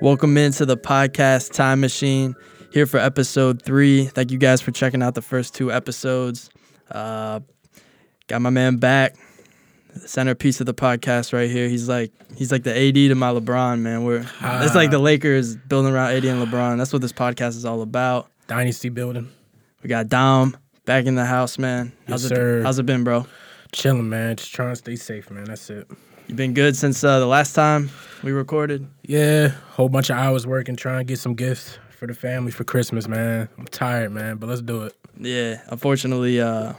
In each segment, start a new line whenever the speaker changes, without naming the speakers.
Welcome into the podcast Time Machine here for episode three. Thank you guys for checking out the first two episodes. Uh, got my man back, the centerpiece of the podcast right here. He's like he's like the AD to my LeBron man. We're it's like the
Ah.
Lakers building around AD and LeBron. That's what this podcast is all about.
Dynasty building.
We got Dom back in the house, man. How's
Yes,
it
sir.
How's it been, bro?
Chilling, man. Just trying to stay safe, man. That's it.
You been good since uh, the last time we recorded.
Yeah, whole bunch of hours working, trying to get some gifts for the family for Christmas, man. I'm tired, man, but let's do it.
Yeah, unfortunately, uh,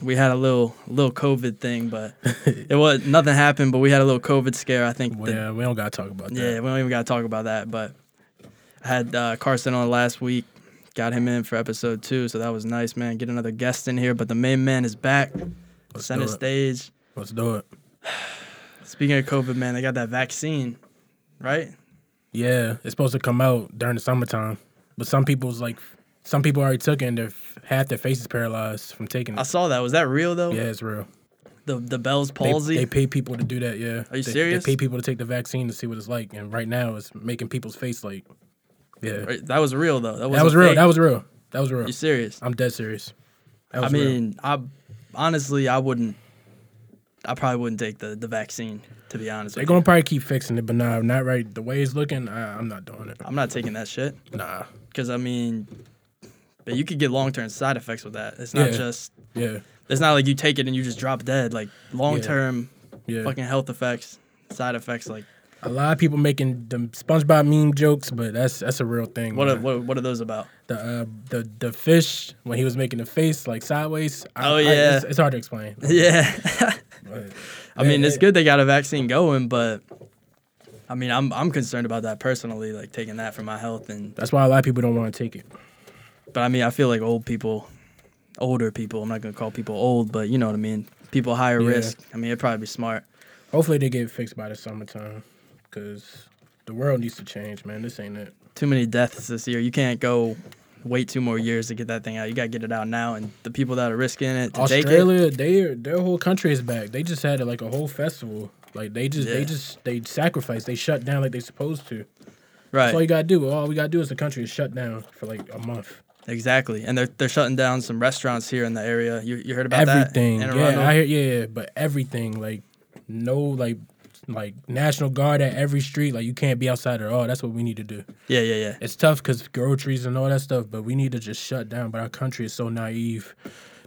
we had a little little COVID thing, but it was nothing happened. But we had a little COVID scare. I think.
Well,
that-
yeah, we don't gotta talk about
yeah,
that.
we don't even gotta talk about that. But I had uh, Carson on last week. Got him in for episode two, so that was nice, man. Get another guest in here, but the main man is back, center
do it.
stage.
Let's do it.
Speaking of COVID, man, they got that vaccine, right?
Yeah, it's supposed to come out during the summertime, but some people's like, some people already took it and their half their faces paralyzed from taking
I
it.
saw that. Was that real though?
Yeah, it's real.
The the Bell's
They,
palsy.
they pay people to do that. Yeah.
Are you
They-
serious?
They pay people to take the vaccine to see what it's like, and right now it's making people's face like, yeah.
Right, that was real though. That,
That
wasn't
was real.
fake.
That was real. That was real.
you serious?
I'm dead serious. That
I
was real.
mean, I honestly, I wouldn't. I probably wouldn't take the, the vaccine to be honest.
they're
With
gonna probably keep fixing it, but nah, not right. The way it's looking, I, I'm not doing it.
you. I'm not taking that shit
Nah,
because I mean, but you could get long term side effects with that. It's not
Yeah.
just.
yeah,
It's not like you take it and you just drop dead. Like long term
yeah.
fucking health effects, side effects. Like
A lot of people making the SpongeBob meme jokes, but that's that's a real thing.
what are,
man.
what are, what are those about?
the uh, the the fish when he was making the face like sideways? I,
Oh,
I-
yeah.
it's, it's hard to explain.
Yeah.
but-
I mean,
Yeah,
it's
yeah.
good they got a vaccine going, but I mean, I'm I'm concerned about that personally, like taking that for my health and
That's why a lot of people don't want to take it.
But I mean, I feel like old people, older people. I'm not gonna call people old, but you know what I mean. People higher
Yeah.
risk. I mean, it'd probably be smart.
Hopefully they get fixed by the summertime, because the world needs to change, man. This ain't it.
Too many deaths this year. You can't go wait two more years to get that thing out. You gotta get it out now. And the people that are risking it to take it.
Australia, they their whole country is back. They just had like a whole festival. Like they just
Yeah.
they just they sacrificed. They shut down like they supposed to. That's all
Right.
you gotta do. All we gotta do is the country is shut down for like a month.
Exactly. And they're they're shutting down some restaurants here in the area. You you heard about
everything.
that? in Arundel?
Yeah, I hear, yeah, yeah, but everything like no like like national guard at every street. Like you can't be outside at all. That's what we need to do.
yeah, yeah, yeah.
It's tough because groceries and all that stuff. But we need to just shut down. But our country is so naive.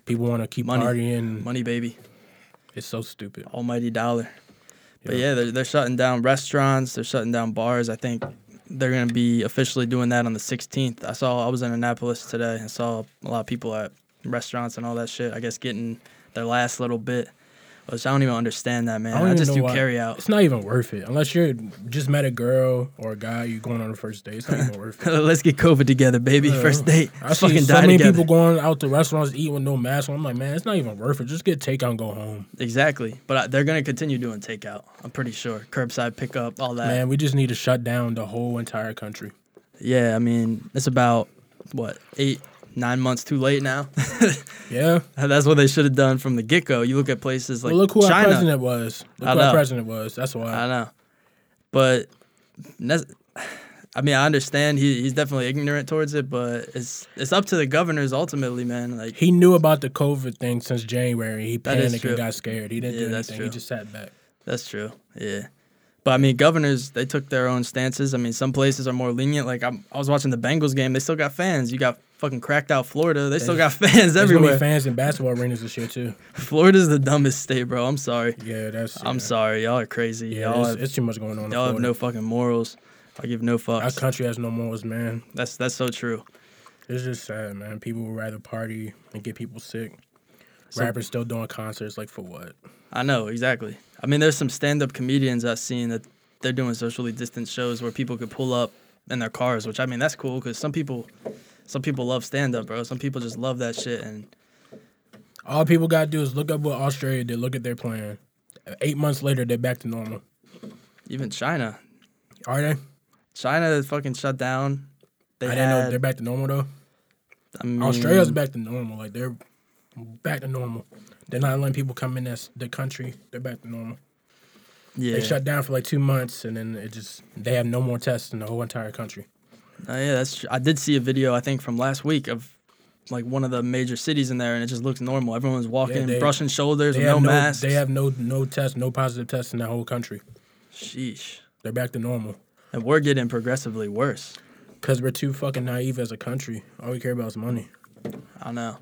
People want to keep
Money.
partying.
Money, baby.
It's so stupid.
almighty dollar. But yeah, they're, they're shutting down restaurants. They're shutting down bars. I think they're going to be officially doing that on the 16th. I saw I was in Annapolis today and saw a lot of people at restaurants and all that shit. I guess getting their last little bit. Which I don't even understand that, man. I, just do
why-
carry out.
It's not even worth it unless you're just met a girl or a guy. You're going on a first date. It's not even worth it.
Let's get COVID together, baby. First date.
I
Let's
see
fucking
so
die
many
together.
people going out to restaurants eating with no mask on. I'm like, man, it's not even worth it. Just get takeout and go home.
Exactly. But I, they're going to continue doing takeout. I'm pretty sure. Curbside pickup, all that.
Man, we just need to shut down the whole entire country.
Yeah, I mean, it's about, what, eight, nine months too late now?
Yeah.
That's what they should have done from the get go. You look at places like
well, look who our
China.
president was. Look
I
who
know.
our president was. That's why.
I know, but that's, I mean, I understand he, he's definitely ignorant towards it, but it's it's up to the governors ultimately, man. Like,
He knew about the COVID thing since January. He
That is
panicked
true.
and got scared. He didn't
Yeah,
do
that's
anything. He
true.
just sat back.
that's true. Yeah. But I mean, governors they took their own stances. I mean, some places are more lenient. Like I'm, I was watching the Bengals game; they still got fans. You got fucking cracked out Florida; they still got fans
There's gonna be
everywhere.
fans in basketball arenas this year too.
Florida's the dumbest state, bro. I'm sorry.
Yeah, that's.
I'm
yeah.
sorry. Y'all are crazy.
Yeah,
y'all,
it's,
have,
it's too much going on. in
y'all have
Florida.
no fucking morals. I give no fucks.
Our country has no morals, man.
That's that's so true.
It's just sad, man. People would rather party and get people sick.
So-
Rappers still doing concerts, like for what?
I know exactly. I mean, there's some stand-up comedians I've seen that they're doing socially distant shows where people could pull up in their cars, which I mean that's cool because some people, some people love stand-up, bro. Some people just love that shit, and
All people gotta do is look up what Australia did. Look at their plan. Eight months later, they're back to normal.
even China,
Are they?
China is fucking shut down. They Mm.
I didn't know
had,
they're back to normal though.
I mean,
Australia's back to normal. Like they're back to normal. They're not letting people come in this, the country. They're back to normal.
Yeah.
They shut down for like two months, and then it just they have no more tests in the whole entire country.
Uh, yeah, that's. Tr- I did see a video I think from last week of like one of the major cities in there, and it just looks normal. Everyone's walking,
they-
brushing shoulders,
They
with
have
no, masks.
They have no no tests, no positive tests in the whole country.
Sheesh.
They're back to normal
And we're getting progressively worse.
because we're too fucking naive as a country. All we care about is money.
I don't know.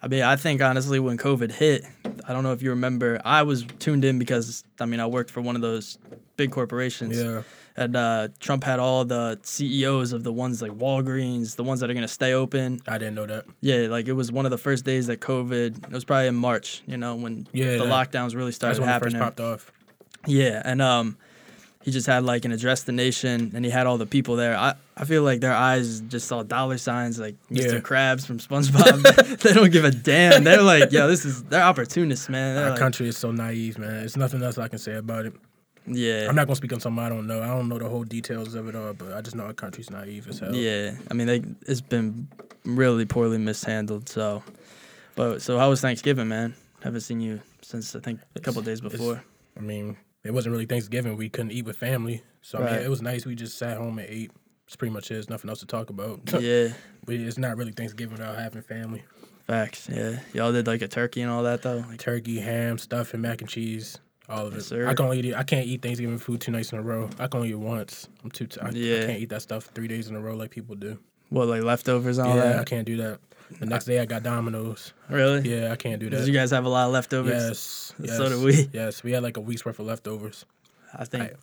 I mean, I think honestly, when COVID hit, I don't know if you remember, I was tuned in because I mean, I worked for one of those big corporations,
Yeah,
and uh, Trump had all the CEOs of the ones like Walgreens, the ones that are gonna stay open.
I didn't know that.
Yeah, like it was one of the first days that COVID. It was probably in March, you know, when
Yeah,
the
that-
lockdowns really
That's
started
when it
happening.
first popped off.
Yeah, and um, he just had like an address the nation, and he had all the people there. I, I feel like their eyes just saw dollar signs, like
Yeah.
Mr. Krabs from SpongeBob. they don't give a damn. They're like, yo, this is they're opportunists, man. They're
Our
like-
country is so naive, man. There's nothing else I can say about it.
yeah,
I'm not gonna speak on something I don't know. I don't know the whole details of it all, but I just know our country's naive as hell.
yeah. I mean, they it's been really poorly mishandled. So, but so how was Thanksgiving, man? Haven't seen you since I think a couple days before.
I mean, it wasn't really Thanksgiving. We couldn't eat with family, so I
Right.
mean, it was nice. We just sat home and ate. It's pretty much it. There's nothing else to talk about.
yeah,
But it's not really Thanksgiving without having family.
facts. Yeah, y'all did like a turkey and all that though. Like,
Turkey, ham, stuffing, mac and cheese, all of it.
Yes, sir.
I can only eat. It. I can't eat Thanksgiving food two nights in a row. I can only eat once. I'm too. T- I,
Yeah.
I can't eat that stuff three days in a row like people do.
what like leftovers and all
yeah, I
that?
can't do that. The next day I got Domino's.
Really?
Yeah, I can't do
Did you
that.
guys have a lot of leftovers?
Yes, yes.
So do we.
Yes, we had like a week's worth of leftovers.
I think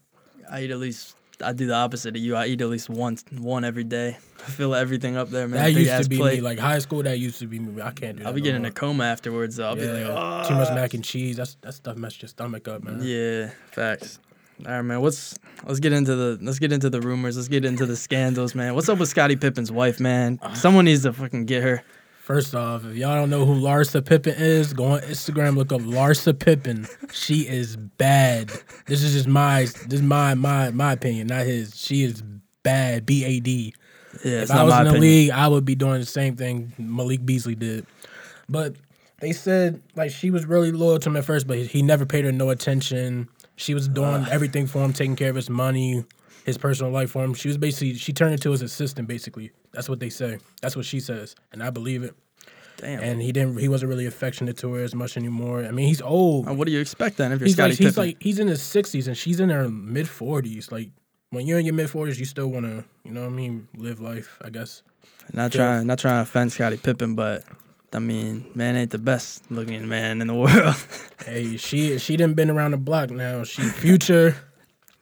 I, eat at least. I do the opposite of you. I eat at least one one every day. I fill everything up there, man.
that
Big
used
ass
to be
plate.
me. Like high school, that used to be me. I can't do that.
I'll be
no
getting
more.
a coma afterwards. Though. I'll
yeah,
be like, oh,
too much mac and cheese. That's that stuff messes your stomach up, man.
yeah, facts. All right, man. What's let's get into the let's get into the rumors. Let's get into the scandals, man. What's up with Scottie Pippen's wife, man?
Uh,
Someone needs to fucking get her.
First off, if y'all don't know who Larsa Pippen is, go on Instagram, look up Larsa Pippen. She is bad. This is just my this is my my my opinion, not his. She is bad. B A D.
Yeah, it's
If I
not
was
my
in the
opinion.
league, I would be doing the same thing Malik Beasley did. But they said like she was really loyal to him at first, but he never paid her no attention. She was doing everything for him, taking care of his money, his personal life for him. She was basically she turned into his assistant. Basically, that's what they say. That's what she says, and I believe it.
Damn.
And he didn't. He wasn't really affectionate to her as much anymore. I mean, he's old.
Uh, what do you expect then if you're
he's
Scottie
like he's
Pippen?
like he's in his sixties, and she's in her mid forties. Like when you're in your mid forties, you still want to, you know, what I mean, live life. I guess.
Not trying, not trying to offend Scottie Pippen, but I mean, man ain't the best looking man in the world.
Hey, she she didn't been around the block now. She future,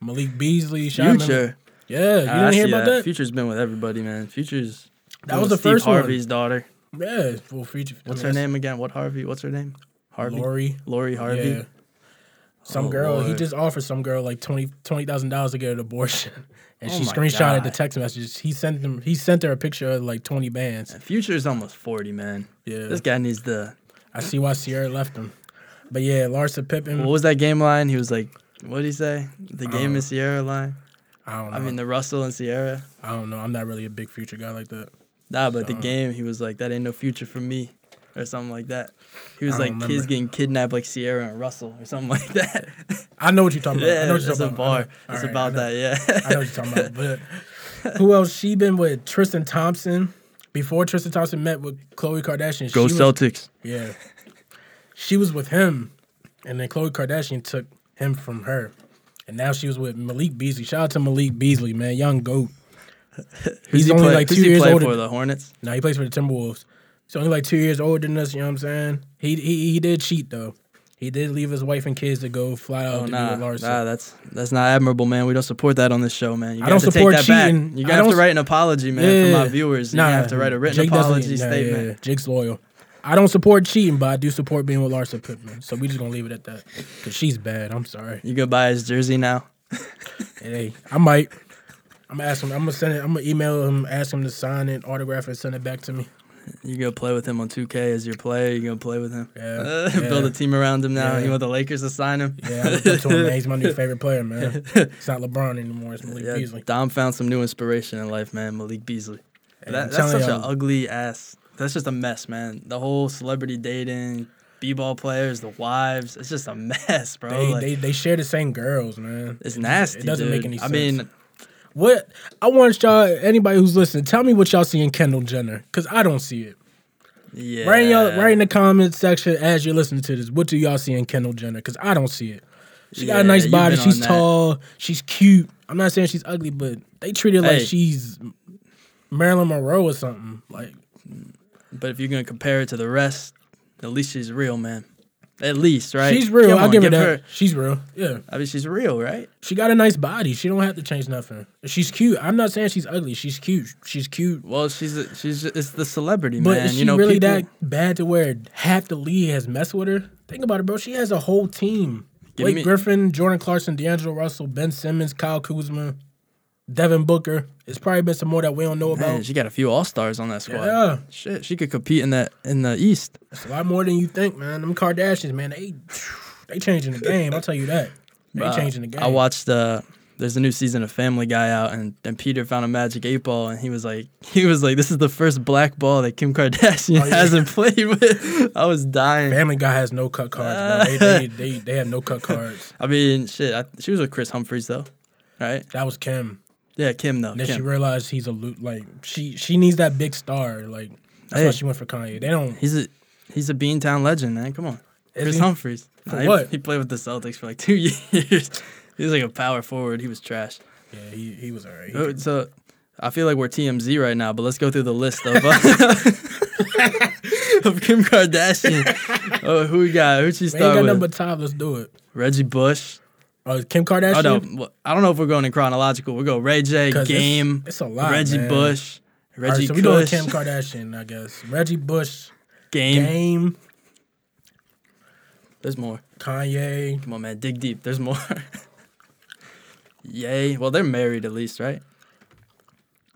Malik Beasley, Shawn Mendes.
Future, Ah,
Yeah, you
I
didn't hear
see
about that.
Future's been with everybody, man. Future's
That was the
Steve
first one.
Harvey's daughter.
Yeah, well, future. I
What's
mean,
her name again? What Harvey? What's her name?
that's
Harvey. Lori,
Lori.
Harvey.
Yeah. Some
Oh,
girl, he
Lord.
just offered some girl like twenty twenty thousand dollars to get an abortion, and
Oh
she
my
screenshotted the
God.
text messages. He sent them. He sent her a picture of like twenty bands.
Future's almost forty, man.
Yeah,
This guy needs the.
I see why Sierra left him. But yeah, Larsa Pippen.
What was that game line? He was like, "What did he say?
Uh,
The game is Sierra line."
I don't know.
I mean, the Russell and Sierra.
I don't know. I'm not really a big future guy like that.
Nah, but the
uh,
game, he was like, "That ain't no future for me," or something like that. He was
I
like,
don't
"Kids
remember.
getting kidnapped like Sierra and Russell or something like that."
I know what you're talking about. I
yeah,
know what you're
it's a
talking
bar.
about. I know.
It's
All right,
about
I know.
that, yeah.
I know what you're talking about. But who else? She been with Tristan Thompson before Tristan Thompson met with Khloe Kardashian.
Go
she was-
Celtics.
yeah, she was with him, and then Khloe Kardashian took him from her, and now she was with Malik Beasley. Shout out to Malik Beasley, man, young goat.
Who's
He's
he
only
play-
like
who's
two
he
years
play
older.
for the Hornets.
Now he plays for the Timberwolves. He's only like two years older than us. You know what I'm saying? He he, he did cheat though. He did leave his wife and kids to go fly out
Oh,
to
nah,
be with Larsa.
nah, that's that's not admirable, man. We don't support that on this show, man. You
I don't
have to
support
take that
cheating.
back. You
I
gotta have to
don't-
write an apology, man, for my viewers. You
Nah,
have to write a written
Jake doesn't-
apology
yeah, yeah,
statement.
yeah. Jake's loyal. I don't support cheating, but I do support being with Larsa Pittman. So we just gonna leave it at that. Cause she's bad. I'm sorry.
You gonna buy his jersey now?
And hey, I might. I'm gonna ask him. I'm gonna send it. I'm gonna email him. Ask him to sign it, autograph it, send it back to me.
You gonna play with him on 2K as your player? You gonna play with him?
Yeah,
Uh, Build
yeah.
a team around him now.
Yeah.
You want the Lakers to sign him?
Yeah, I looked up to him, man. He's my new favorite player, man. It's not LeBron anymore. It's Malik
Yeah,
Beasley.
Dom found some new inspiration in life, man. Malik Beasley.
Hey,
That-
I'm
that's
telling
such an
y'all.
ugly ass. That's just a mess, man. The whole celebrity dating, b-ball players, the wives. It's just a mess, bro.
They,
Like,
they they share the same girls, man.
it's nasty.
It doesn't
dude.
make any
I
sense.
mean,
What I want y'all, anybody who's listening, tell me what y'all see in Kendall Jenner, cause I don't see it.
yeah.
Write in y'all, write in the comment section as you're listening to this. What do y'all see in Kendall Jenner? Cause I don't see it. She got
Yeah,
a nice
you've
body.
been
She's
on that.
tall. She's cute. I'm not saying she's ugly, but they treat her like
Hey.
she's Marilyn Monroe or something. Like
But if you're gonna compare it to the rest, at least she's real, man. At least, right?
she's real.
Come
I'll
on,
give her that. She's real. Yeah.
I mean, she's real, right?
She got a nice body. She don't have to change nothing. She's cute. I'm not saying she's ugly. She's cute. She's cute.
Well, she's a, she's it's the celebrity,
But
man.
is she
you know,
really
people,
that bad to where half the league has messed with her? Think about it, bro. She has a whole team.
Give
Blake
me-
Griffin, Jordan Clarkson, D'Angelo Russell, Ben Simmons, Kyle Kuzma, Devin Booker. It's probably been some more that we don't know
Man,
about.
she got a few all stars on that squad.
Yeah.
Shit, she could compete in that in the East.
It's a lot more than you think, man. Them Kardashians, man, they they changing the game. I'll tell you that. They
Uh,
changing the game.
I watched uh there's a new season of Family Guy out and, and Peter found a magic eight ball and he was like he was like, This is the first black ball that Kim Kardashian
Oh, yeah.
hasn't played with. I was dying.
Family Guy has no cut cards, man. They, they, they, they have no cut cards.
I mean, shit, I, she was with Chris Humphries though. Right?
That was Kim.
Yeah, Kim though.
Then she
Kim.
realized he's a lo- like she she needs that big star. Like that's
Hey.
why she went for Kanye. They don't
He's a he's a Beantown legend, man. Come on. Chris
he?
Humphries.
For
he,
what?
he played with the Celtics for like two years. he was like a power forward. He was trash.
Yeah, he, he was alright.
Uh, So I feel like we're TMZ right now, but let's go through the list of uh, of Kim Kardashian. Oh, who we got? Who she
We ain't
start
got
with?
number five. Let's do it.
Reggie Bush.
Oh, Kim Kardashian.
Oh no, well, I don't know if we're going in chronological. We'll go Ray J,
'Cause it's-
Game,
It's, a lot.
Reggie
man.
Bush,
All right,
Reggie
so we doing
Bush,
Kim Kardashian, I guess. Reggie Bush,
Game.
Game,
There's more.
Kanye.
Come on, man, dig deep. There's more. Yay. Well, they're married at least, right?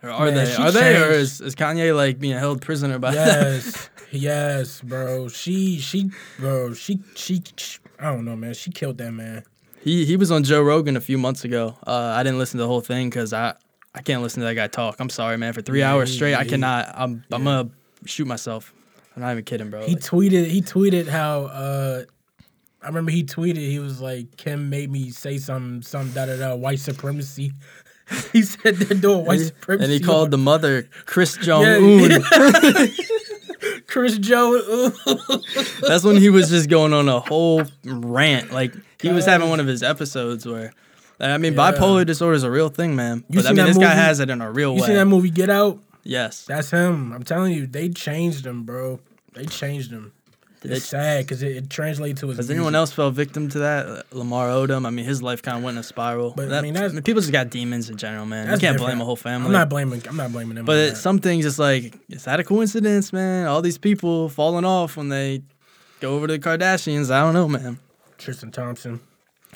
Or are
Man,
they?
she
Are they? Or
changed.
is, is Kanye like being held prisoner by?
Yes, yes, bro. She she bro she she. she- I don't know, man. She killed that man.
He he was on Joe Rogan a few months ago. Uh, I didn't listen to the whole thing because I I can't listen to that guy talk. I'm sorry, man. For three
Yeah,
hours
he-
straight, I
he-
cannot. I'm I'm gonna shoot myself. I'm not even kidding, bro.
He
Like,
tweeted. He tweeted how. uh I remember he tweeted. He was like, "Kim made me say some some da da da white supremacy." he said they're doing white supremacy.
and he called the mother Chris Jong
Yeah,
Un.
Chris Joe.
That's when he was just going on a whole rant. Like he was having one of his episodes where. I mean,
Yeah.
bipolar disorder is a real thing, man.
You
but I
seen
mean,
that
this guy
movie?
has it in a real
You
way.
seen that movie Get Out?
yes.
That's him. I'm telling you, they changed him, bro. They changed him.
Did
it's
they-
sad because it, it translates to his.
Has anyone else fell victim to that? Uh, Lamar Odom. I mean, his life kind of went in a spiral.
But, I
That-
mean, that's-
people just got demons in general, man. You
That's
can't
different.
blame a whole family.
I'm not blaming. I'm not blaming them.
but
on
it,
that.
some things, it's like, is that a coincidence, man? All these people falling off when they go over to the Kardashians. I don't know, man.
Tristan Thompson,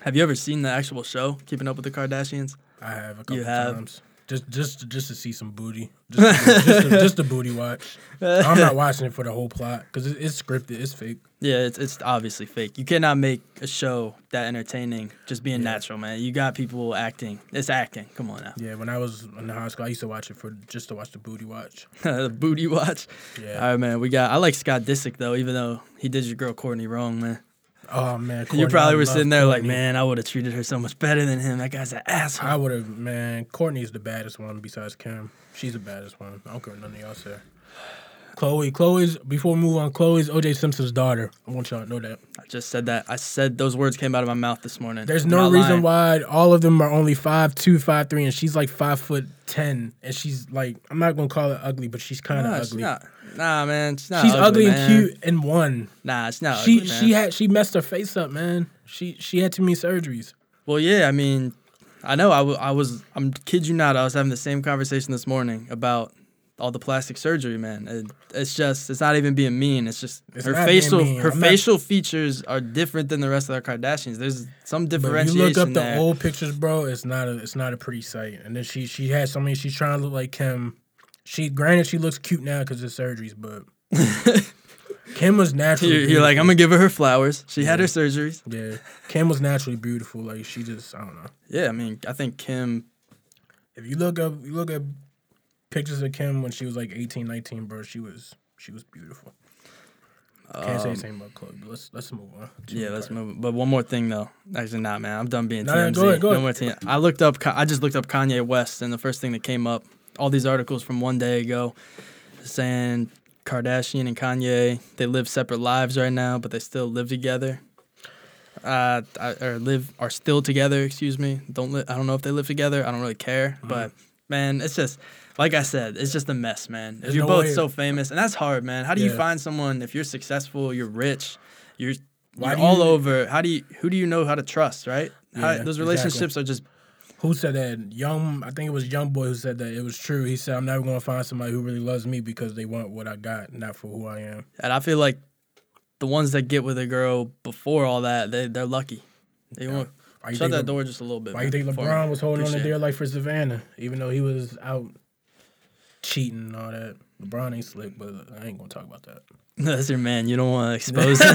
Have you ever seen the actual show, Keeping Up with the Kardashians?
I have a couple
You have.
times. Just, just, just to see some booty. Just, just, a, just a booty watch. I'm not watching it for the whole plot because it, it's scripted. It's fake.
Yeah, it's, it's obviously fake. You cannot make a show that entertaining just being natural, man. You got people acting. It's acting. Come on now.
Yeah. When I was in high school, I used to watch it for just to watch the booty watch.
the booty watch.
Yeah.
All right, man. We got. I like Scott Disick though, even though he did your girl Courtney wrong, man.
Oh man,
you
Courtney,
probably
I
were
love
sitting there like,
Courtney.
man, I would have treated her so much better than him. That guy's an asshole.
I would have, man. Courtney's the baddest one besides Kim. She's the baddest one. I don't care what none of y'all say. Chloe, Chloe's. Before we move on, Chloe's OJ Simpson's daughter. I want y'all to know that.
I just said that. I said those words came out of my mouth this morning.
There's
I'm
no
not
reason
lying.
why all of them are only five two, five three, and she's like five foot ten, and she's like I'm not gonna call her ugly, but she's kind of
Nah, she's
ugly.
not. Nah, man. She's, not
she's
ugly,
ugly,
man.
and cute and one.
Nah, it's not.
She
ugly, man.
she had she messed her face up, man. She she had too many surgeries.
Well, yeah, I mean, I know I, w- I was, I'm kid you not, I was having the same conversation this morning about all the plastic surgery, man. It, it's just, it's not even being mean. It's just
It's
her
not being
facial,
mean.
her
I'm not-
facial features are different than the rest of the Kardashians. There's some
But you
differentiation
look up the
there.
old pictures, bro. It's not a it's not a pretty sight. And then she she had so many. She's trying to look like Kim. She granted she looks cute now because of surgeries, but Kim was naturally.
you're, you're like, I'm
beautiful.
gonna give her her flowers. She had her surgeries.
Yeah, Kim was naturally beautiful. Like she just I don't know.
Yeah, I mean, I think Kim.
If you look up you look up pictures of Kim when she was like 18, 19, bro. She was she was beautiful. Can't say the same about Chloe, but let's let's move on. She
Um, Yeah, let's
probably-
move. But one more thing though. Actually, not man. I'm done being
No, no,
TMZ.
go ahead, go
No
ahead.
more TMZ. I looked up. Ka- I just looked up Kanye West, and the first thing that came up, all these articles from one day ago, saying Kardashian and Kanye they live separate lives right now, but they still live together. Uh, I- or live are still together. Excuse me. Don't li- I don't know if they live together. I don't really care.
Uh-huh.
But man, it's just like I said. It's just a mess, man.
There's
you're
no
both
way-
so famous, and that's hard, man. How do you
Yeah.
find someone if you're successful, you're rich, you're
Why
you're
do
all
you-
over. How do you? Who do you know how to trust? Right? How-
Yeah,
those
exactly.
relationships are just.
Who said that? Young, I think it was Young Boy who said that. It was true. He said, "I'm never gonna find somebody who really loves me because they want what I got, not for who I am."
And I feel like the ones that get with a girl before all that, they they're lucky. They won't
Why you
shut
think
that
Le-
door just a little bit.
Why you
man,
think
for me.
LeBron was holding on to
Appreciate
their life for Savannah, even though he was out cheating and all that? LeBron ain't slick, but I ain't gonna talk about that.
That's your man. You don't want to expose him.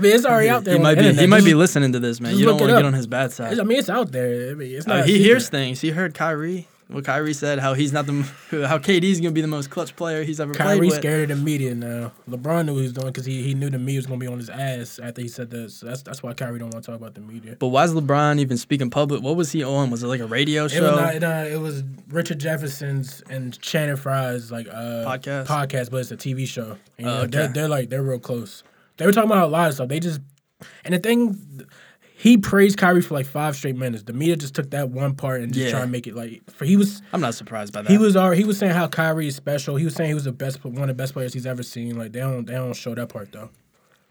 mean, it's already out there.
he
on
might be.
the
He
internet.
might
Just-
be listening to this, man.
just
You don't
look it
want to get
up.
on his bad side.
I mean, it's out there. I mean, it's not.
Uh,
a
he
secret.
hears things. He heard Kyrie. What Kyrie said, how he's not the m- how KD's gonna be the most clutch player he's ever
Kyrie
played with.
scared of the media now. LeBron knew what he was doing because he, he knew the media was gonna be on his ass after he said this. So that's that's why Kyrie don't want to talk about the media.
But why is LeBron even speaking public? What was he on? Was it like a radio
It was,
show?
not, nah, it was Richard Jefferson's and Shannon Fry's like uh,
Podcast?
podcast, but it's a TV show. And, you
Oh,
know, they're,
okay.
they're like they're real close. They were talking about a lot of stuff. They just and the thing, he praised Kyrie for like five straight minutes. The media just took that one part and just
Yeah.
try and make it like for he was
I'm not surprised by that.
he was already, he was saying how Kyrie is special. He was saying he was the best one of the best players he's ever seen. Like they don't they don't show that part though.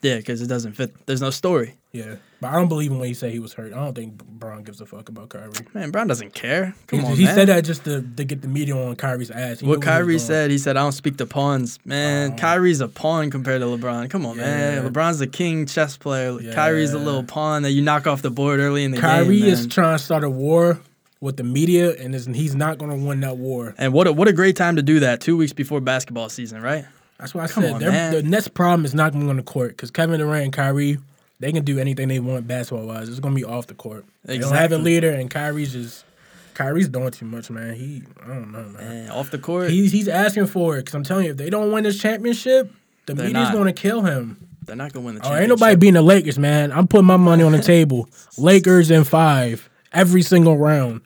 Yeah, because it doesn't fit. There's no story.
Yeah, but I don't believe him when he said he was hurt. I don't think Brown gives a fuck about Kyrie.
Man, Brown doesn't care. Come
he
on,
he
man.
said that just to, to get the media on Kyrie's ass. He knew
What
he was
Kyrie
doing.
said, he said, "I don't speak to pawns." Man, Kyrie's a pawn compared to LeBron. Come on,
Oh. Yeah.
man. LeBron's the king chess player. Kyrie's a
Yeah.
little pawn that you knock off the board early in the
Kyrie
game.
is
man.
trying to start a war with the media, and is, he's not going to win that war.
and what a, what a great time to do that. Two weeks before basketball season, right?
That's why I
Come
said
on,
their-
man.
the next problem is not going on the court because Kevin Durant and Kyrie, they can do anything they want basketball wise. It's going to be off the court. They don't have a
Exactly.
leader, and Kyrie's just Kyrie's doing too much, man. He I don't know, man.
And off the court,
He's he's asking for it because I'm telling you, if they don't win this championship, the
They're
media's
not.
going to kill him.
they're not gonna win the
Oh,
championship.
ain't nobody beating the Lakers, man. I'm putting my money on the table. Lakers in five every single round.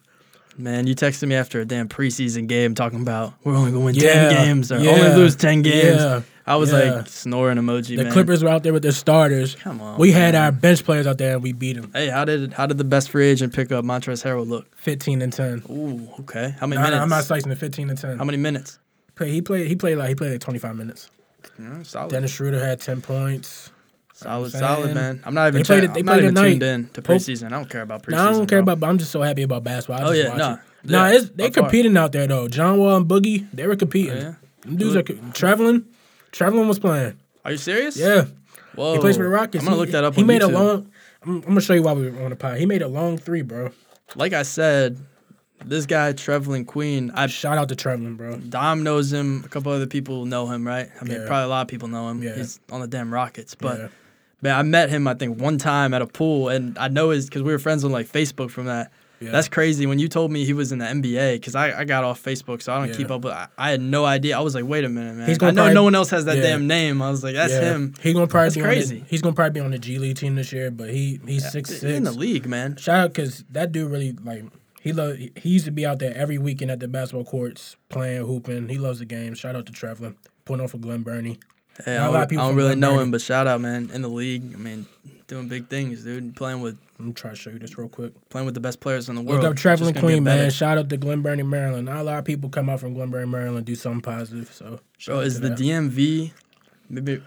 Man, you texted me after a damn preseason game talking about we're only gonna win
Yeah,
ten games or
yeah,
only lose ten games.
yeah,
I was
yeah.
like snoring emoji.
The
man.
Clippers were out there with their starters.
Come on,
we had
Oh, man.
our bench players out there and we beat them
Hey, how did how did the best free agent pick up Montrezl Harrell look?
15 and 10.
Ooh, okay. How many
Nah, nah,
minutes?
I'm not slicing the 15 and 10.
How many minutes?
Play- he played he played like he played like 25 minutes.
Yeah, solid,
Dennis Schroeder had 10 points.
solid,
I'm
solid,
saying.
man. I'm not even.
They played
check-
it- they
I'm not
played
even
it night.
tuned in to
Pope-
preseason. I don't care about preseason.
No, I don't care
bro.
about but I'm just so happy about basketball. I
Oh,
just
yeah,
watch
nah.
it. Nah,
Yeah,
it's, they
by far.
competing out there though. John Wall and Boogie, they were competing.
Oh, yeah?
Them dudes are co- traveling. Traveling was playing.
Are you serious?
Yeah.
Whoa.
He plays for the Rockets.
Oh, I'm gonna
He-
look that up.
He
on
made a
YouTube.
long. I'm, I'm gonna show you why we were on the pod. He made a long three, bro.
Like I said, this guy Trevlin Queen. I
Shout out to Trevlin, bro.
Dom knows him. A couple other people know him, right? I mean,
Yeah.
probably a lot of people know him.
Yeah.
He's on the damn Rockets, but.
Yeah.
Man, I met him I think one time at a pool, and I know his because we were friends on like Facebook from that.
Yeah.
That's crazy. When you told me he was in the NBA, because I, I got off Facebook, so I don't
Yeah.
keep up. with I, I had no idea. I was like, wait a minute, man.
He's
I
gonna
know
probably-
no one else has that
yeah.
damn name. I was like, that's
Yeah.
him.
He gonna probably
That's
be On
crazy.
the, he's gonna probably be on the G League team this year, but he he's six
He's
six.
in the league, man.
Shout out because that dude really like he love he he used to be out there every weekend at the basketball courts playing hooping. He loves the game. Shout out to Trevlin. Pulling off for Glenn Burney.
Hey, I
Not a lot of
don't, I
people
don't
from
really
Glen
know
Burnie.
him, but shout out, man. In the league, I mean, doing big things, dude. Playing with
I'm gonna try to show you this real quick.
playing with the best players in the world.
Look up
It's
Trevlin
just gonna get
Queen,
better.
man. Shout out to Glen Burnie, Maryland. Not a lot of people come out from Glen Burnie, Maryland, do something positive. So shout
Bro,
out
is
to
the
that.
DMV maybe?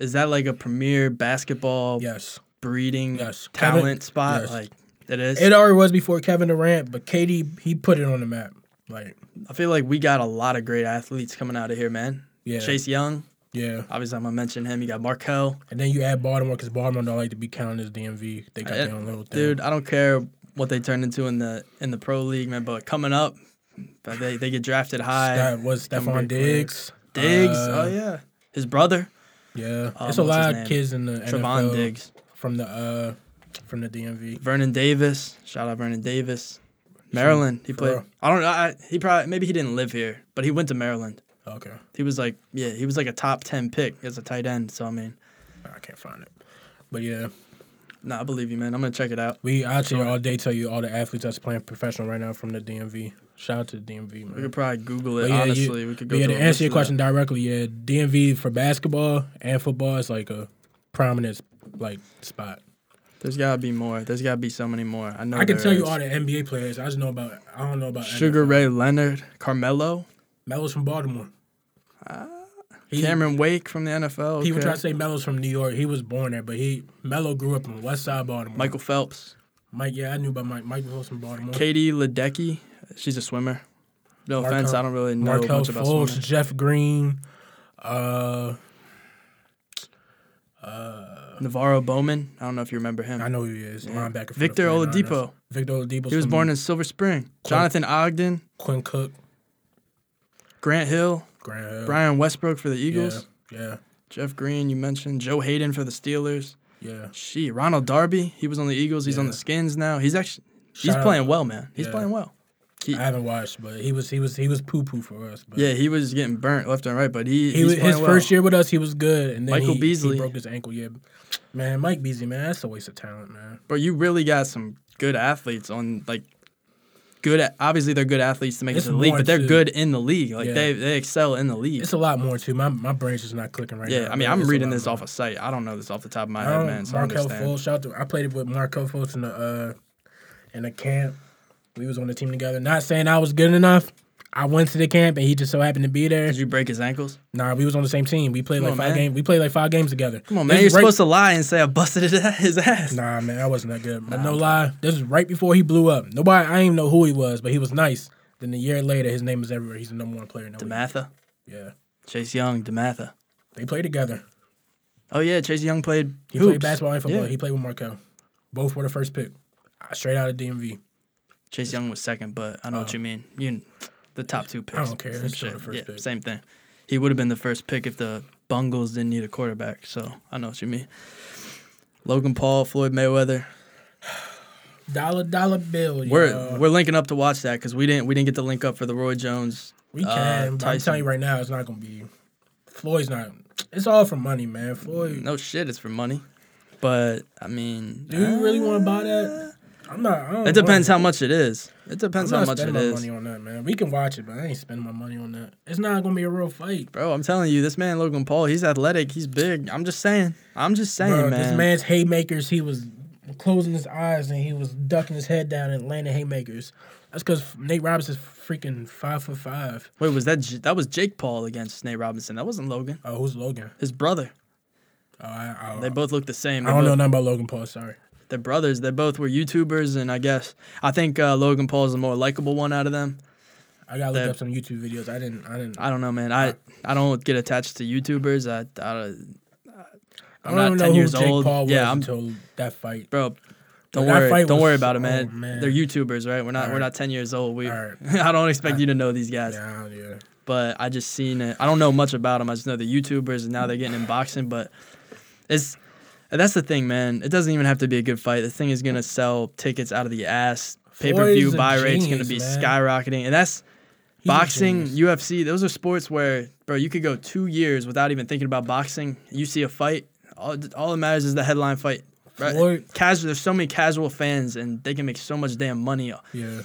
Is that like a premier basketball
yes.
breeding
Yes.
talent
Kevin-
spot.
yes.
Like it is.
It already was before Kevin Durant, but KD he put it on the map. Like
I feel like we got a lot of great athletes coming out of here, man.
Yeah.
Chase Young,
yeah,
obviously I'm gonna mention him. You got Markel,
and then you add Baltimore because Baltimore don't like to be counted as DMV. They got
Eh,
their own little thing.
dude. I don't care what they turn into in the in the pro league, man. But coming up, but they they get drafted high.
that was
Come
Stephon
great players.
Diggs.
Diggs,
Uh,
oh yeah, his brother
Yeah,
Um,
it's a
what's his
lot of
name?
kids in the
Trevon
NFL
Diggs,
from the uh from the DMV.
Vernon Davis. Shout out Vernon Davis. Maryland, he played.
real.
I don't know. I, he probably maybe he didn't live here, but he went to Maryland.
Okay,
He was like, yeah, he was like a top ten pick as a tight end. So I mean,
I can't find it. But yeah,
Nah, I believe you, man. I'm gonna check it out.
we out here all day tell you all the athletes that's playing professional right now from the DMV. Shout out to the DMV, man.
We could probably Google
But
it.
yeah, you-
honestly, we could go.
But yeah, to
through a
answer your
list
question directly, yeah, DMV for basketball and football is like a prominent like
of
spot.
that. There's gotta be more. There's gotta be so many more. I know.
I can
there
tell you
is.
all the NBA players. I just know about I don't know about
Sugar
NFL.
Ray Leonard, Carmelo,
Melo's from Baltimore. He-
Cameron Wake from the NFL.
People
okay.
try to say Melo's from New York. He was born there, but he Melo grew up in West Side Baltimore.
Michael Phelps,
Mike, yeah, I knew about Mike. Mike was from Baltimore.
Katie Ledecky. She's a swimmer. No
Markel-
offense, I don't really know
Markel
much about
Fultz,
swimming.
Jeff Green, uh,
Navarro Bowman. I don't know if you remember him.
I know who he is. Linebacker. for the
Victor
49ers.
Oladipo.
Victor Oladipo.
He was born in Silver Spring. Jonathan Ogden,
Quinn Cook,
Grant Hill,
Grant Hill.
Brian Westbrook for the Eagles,
Yeah,
Jeff Green. You mentioned Joe Hayden for the Steelers.
yeah. yeah.
She Ronald Darby. He was on the Eagles. He's on
Yeah.
the Skins now. He's actually he's
Shout out-
playing well, man. He's
yeah.
playing well.
I haven't watched, but he was he was he was poo poo for us. But
Yeah, he was getting burnt left and right, but he,
he
he's
was,
playing
his
well.
first year with us, he was good, and then
Michael
he- he,
Beasley.
broke his ankle. Yeah, man, Mike Beasley, man, that's a waste of talent, man.
Bro, you really got some good athletes on like good. a- Obviously, they're good athletes to make
It's
it to the league,
more
but they're
to-
good in the league. Like
Yeah.
they they excel in the league.
It's a lot more too. My my brain's just not clicking right now.
yeah, I mean,
but
I'm
it's a
reading
lot
this
more.
off of site. I don't know this off the top of my
I
head,
don't-
man. So I
Markel
understand.
Fultz, shout out to, I played with Markel Fultz in the uh, in the camp. We was on the team together. Not saying I was good enough. I went to the camp and he just so happened to be there.
Did you break his ankles?
Nah, we was on the same team. We played
Come
like
on,
five
man.
games. We played like five games together.
Come on, man. You're supposed to lie and say I busted his a- his ass.
Nah, man, I wasn't that good. no lie, this is right before he blew up. Nobody, I didn't even know who he was, but he was nice. Then a year later, his name is everywhere. He's the number one player in the league.
Dematha,
Yeah,
Chase Young, Dematha.
they play together.
Oh yeah, Chase Young played.
He
hoops.
played basketball and football.
Yeah.
He played with Markel. Both were the first pick, Uh, straight out of DMV.
Chase Young was second, but I know what you mean. You, the top two picks.
Oh. I don't care.
Same
It's still
shit.
the first
yeah,
pick.
same thing. He would have been the first pick if the Bungles didn't need a quarterback. So I know what you mean. Logan Paul, Floyd Mayweather.
Dollar dollar bill. you
We're
know.
we're linking up to watch that because we didn't we didn't get the link up for the Roy Jones.
we
uh,
can. but I'm
Tyson.
telling you right now, it's not gonna be. Floyd's not. It's all for money, man. Floyd.
No shit, it's for money. But I mean,
Do you really want to buy that? I'm not. I don't
it depends
wanna-
how much it is. It depends
I'm
how
not
much it
spending my
is.
money on that, man. We can watch it, but I ain't spending my money on that. It's not gonna be a real fight.
Bro, I'm telling you, this man Logan Paul, he's athletic, he's big. I'm just saying. I'm just saying,
Bro,
man.
This man's haymakers, he was closing his eyes and he was ducking his head down and landing haymakers. That's because Nate Robinson's freaking five for five.
Wait, was that J- that was Jake Paul against Nate Robinson? That wasn't Logan.
Oh, who's Logan?
His brother.
Oh, I, I,
They both look the same.
I
They're,
don't know
both,
nothing about Logan Paul. Sorry.
they're brothers. They both were YouTubers, and I guess I think uh, Logan Paul's the more likable one out of them.
I gotta look
That-
up some YouTube videos. I didn't. I didn't. I,
I don't know, man. I I don't get attached to YouTubers. I, I don't- I'm
don't
not
even
10
know who
years
Jake
old.
Paul was
Yeah, I'm-
until that fight.
bro. Don't
But that
worry.
fight
Don't
was-
worry about it,
oh,
man.
man.
They're YouTubers, right? We're not. We're
Alright.
not 10 years old. We.
Alright.
I don't expect you to know these guys.
Yeah, yeah.
but I just seen it. I don't know much about them. I just know the YouTubers, and now they're getting in boxing. But it's and that's the thing, man. It doesn't even have to be a good fight. This thing is gonna sell tickets out of the ass. Pay per view
Floyd's a
buy rate's gonna be
genius, man.
skyrocketing, and that's
a
boxing,
genius.
UFC. Those are sports where, bro, you could go two years without even thinking about boxing. You see a fight, all, all that matters is the headline fight. Right?
Floyd-
Casual, there's so many casual fans, and they can make so much damn money.
Yeah.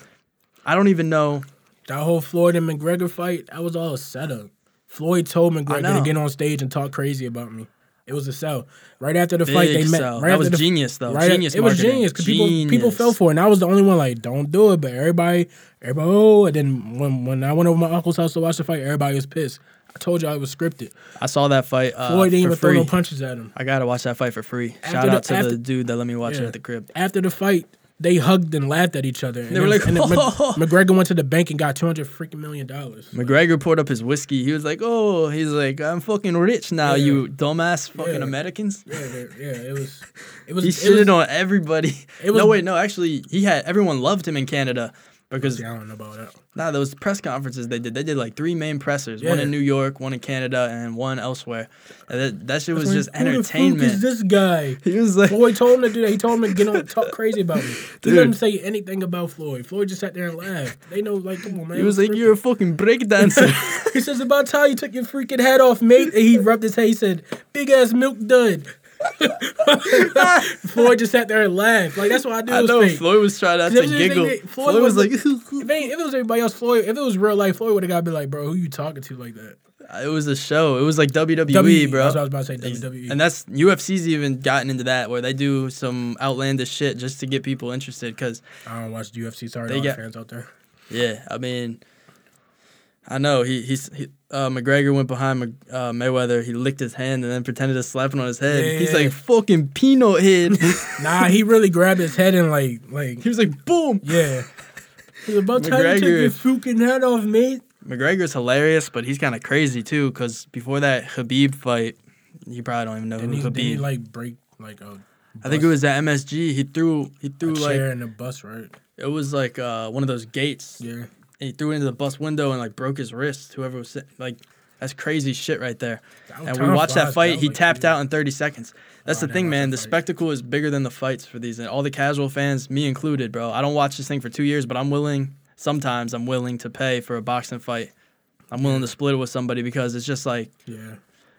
I don't even know.
That whole Floyd and McGregor fight, that was all a setup. Floyd told McGregor
know.
to get on stage and talk crazy about me. It was a sell. Right after the fight, they
Big
met.
sell.
Right
that
after
was
the,
genius, though.
Right,
genius.
it was
marketing.
genius because people people
Genius.
fell for it, and I was the only one like, "Don't do it." But everybody, everybody. Oh, and then when when I went over my uncle's house to watch the fight, everybody was pissed. I told you I was scripted.
I saw that fight uh,
Floyd didn't
for
even
free.
throw no punches at him.
I gotta watch that fight for free.
After
Shout
the-
out to
after-
the dude that let me watch it
Yeah.
at the crib.
After the fight, they hugged and laughed at each other. And
They were
then-
like,
and then Mc-
"Oh."
McGregor went to the bank and got two hundred freaking million dollars.
McGregor poured up his whiskey. He was like, "Oh, he's like, I'm fucking rich now,
Yeah.
you dumbass fucking
Yeah.
Americans."
Yeah, they- yeah, it was. It was.
He
it was,
shitted on everybody.
it was-
no, wait, no. Actually, he had everyone loved him in Canada because
Yeah, I don't know about that.
nah, those press conferences they did, they did like three main pressers, one
Yeah.
in New York, one in Canada, and one elsewhere. And that, that shit was
Like,
just
Who the fuck is
entertainment.
this guy?
He was like,
Floyd told him to do that. He told him to get on talk crazy about me. He
Dude.
let him say anything about Floyd. Floyd just sat there and laughed. They know, like, come on, man.
he was like, "You're a fucking breakdancer."
He says about time you took your freaking hat off, mate. And he rubbed his head. He said, "Big ass milk dud." Floyd just sat there and laughed. Like that's what I do.
I
was
know
fake.
Floyd was trying not
Did
to
you think
giggle.
that Floyd
Floyd was like,
was- If, ain't, if it was everybody else, Floyd. If it was real life, Floyd would have got to be like, bro, who you talking to like that? E,
it was a show. It was like WWE, bro.
That's what I was about to say. E.
Ex-
WWE.
And that's UFC's even gotten into that where they do some outlandish shit just to get people interested. Because
I don't watch the UFC. Sorry, to
They
all the
got-
fans out there.
yeah, I mean, I know he he's he, uh, McGregor went behind Mc- uh, Mayweather. He licked his hand and then pretended to slap it on his head.
Yeah,
he's
yeah, yeah.
like fucking peanut head.
Nah, he really grabbed his head and like, like,
he was like boom.
yeah. He's about time you take your fucking head off, mate.
McGregor's hilarious, but he's kind of crazy too. Because before that Habib fight, you probably don't even know
And
who
he,
Habib.
did he like break like a
I think it was at MSG. He threw he
a
threw like
chair and a bus, right?
it was like uh, one of those gates.
Yeah.
and he threw it into the bus window and like broke his wrist. Whoever was sit- like, that's crazy shit right there. And we watched that fight. He tapped out in 30 seconds. That's
Oh,
the
I didn't
thing,
watch
man.
that
The
fight.
spectacle is bigger than the fights for these. And all the casual fans, me included, bro. I don't watch this thing for two years, but I'm willing. Sometimes I'm willing to pay for a boxing fight. I'm willing to split it with somebody because it's just like
Yeah.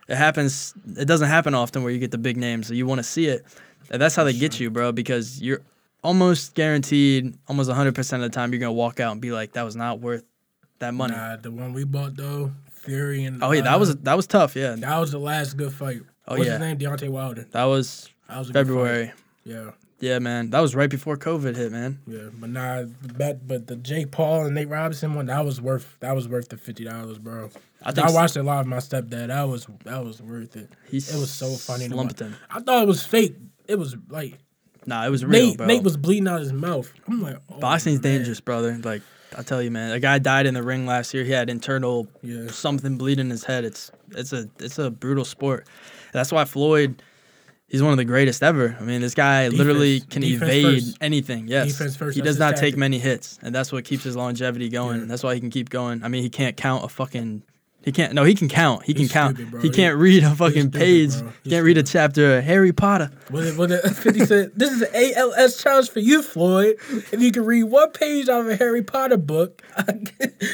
it happens. It doesn't happen often where you get the big names, so you want to see it. And that's how they get you, bro, because you're almost guaranteed, almost 100 percent of the time, you're gonna walk out and be like, "That was not worth that money."
Nah, the one we bought though, Fury and
Oh yeah, that
uh,
was that was tough. Yeah,
that was the last good fight.
Oh,
What's
yeah.
his name? Deontay Wilder.
that was
That was a good
February.
fight. Yeah,
Yeah, man, that was right before COVID hit, man.
yeah. But nah, but but the Jake Paul and Nate Robinson one, that was worth that was worth the fifty dollars, bro.
I
I,
think s-
watched it live with my stepdad. That was that was worth it.
He
It was so funny to
Slumped
watch.
him.
I thought it was fake. It was like
Nah, it was real,
Nate
bro.
Nate was bleeding out his mouth. I'm like, oh,
Boxing's
man.
dangerous, brother. Like I tell you, man, a guy died in the ring last year. He had internal
Yeah.
something bleeding his head. It's it's a it's a brutal sport. That's why Floyd, he's one of the greatest ever. I mean, this guy literally
Defense-
can
defense
evade
first.
anything. Yes,
Defense first,
he
that's
does
his
not
tactic.
take many hits, and that's what keeps his longevity going.
Yeah.
That's why he can keep going. I mean, he can't count a fucking. He can't. No, he can count. He can count.
stupid, bro.
he
He-
can't read a fucking
stupid,
page.
bro.
He
He's
can't read a chapter of Harry Potter.
What it, what it, 50 said, this is an ALS challenge for you, Floyd. If you can read one page out of a Harry Potter book,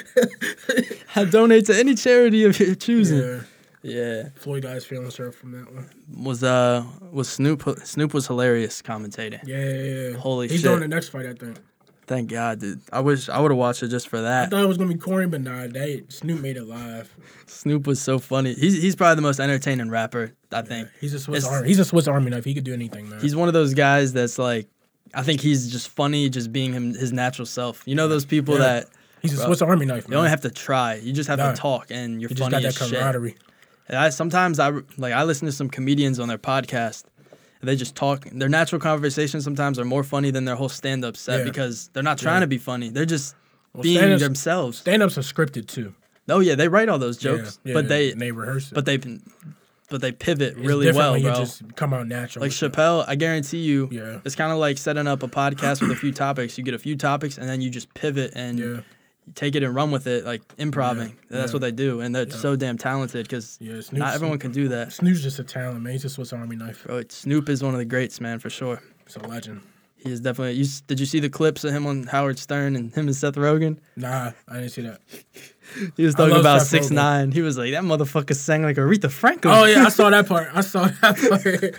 I donate to any charity of your choosing.
yeah.
yeah.
Floyd got his feelings hurt from that one.
was uh was Snoop Snoop was hilarious commentating.
Yeah, yeah, yeah.
Holy
He's
shit.
doing the next fight, I think.
Thank God, dude. I wish I would have watched it just for
I
that.
thought it was gonna be Corey, but nah, they Snoop made it live.
Snoop was so funny. He's he's probably the most entertaining rapper, I think.
He's a Swiss
It's-
Army. He's a Swiss Army knife. He could do anything, man.
He's one of those guys that's like I think he's just funny just being him his natural self. You know those people
Yeah.
that
He's a
bro.
Swiss Army knife.
you don't
man.
have to try. You just have
Nah.
to talk and you're
He just
funny
got that
as shit.
camaraderie.
And I sometimes I like I listen to some comedians on their podcast. and They just talk. Their natural conversations sometimes are more funny than their whole stand-up set
Yeah.
because they're not trying to be funny. They're just being
stand-ups-
themselves.
Stand ups are scripted too.
Oh yeah, they write all those
Yeah,
jokes,
yeah,
but they
and they rehearse it.
but they but they pivot
It's
really
different
well,
when you
bro.
just come out natural.
like
with it.
Chappelle, I guarantee you,
Yeah.
it's kind of like setting up a podcast with a few topics. You get a few topics, and then you just pivot and
Yeah.
take it and run with it, like improving. That's
yeah.
what they do, and they're so damn talented because
Yeah, Snoop's,
not everyone can do that.
Snoop's just a talent, man. He's a Swiss Army knife.
Bro, Snoop is one of the greats, man, for sure.
It's a legend.
He is definitely. You s- did you see the clips of him on Howard Stern and him and Seth Rogen?
Nah, I didn't see that.
He was
I
talking
love
about
Seth
six
Rogen.
nine. He was like, "That motherfucker sang like Aretha Franklin."
Oh yeah, I saw that part. I saw that part.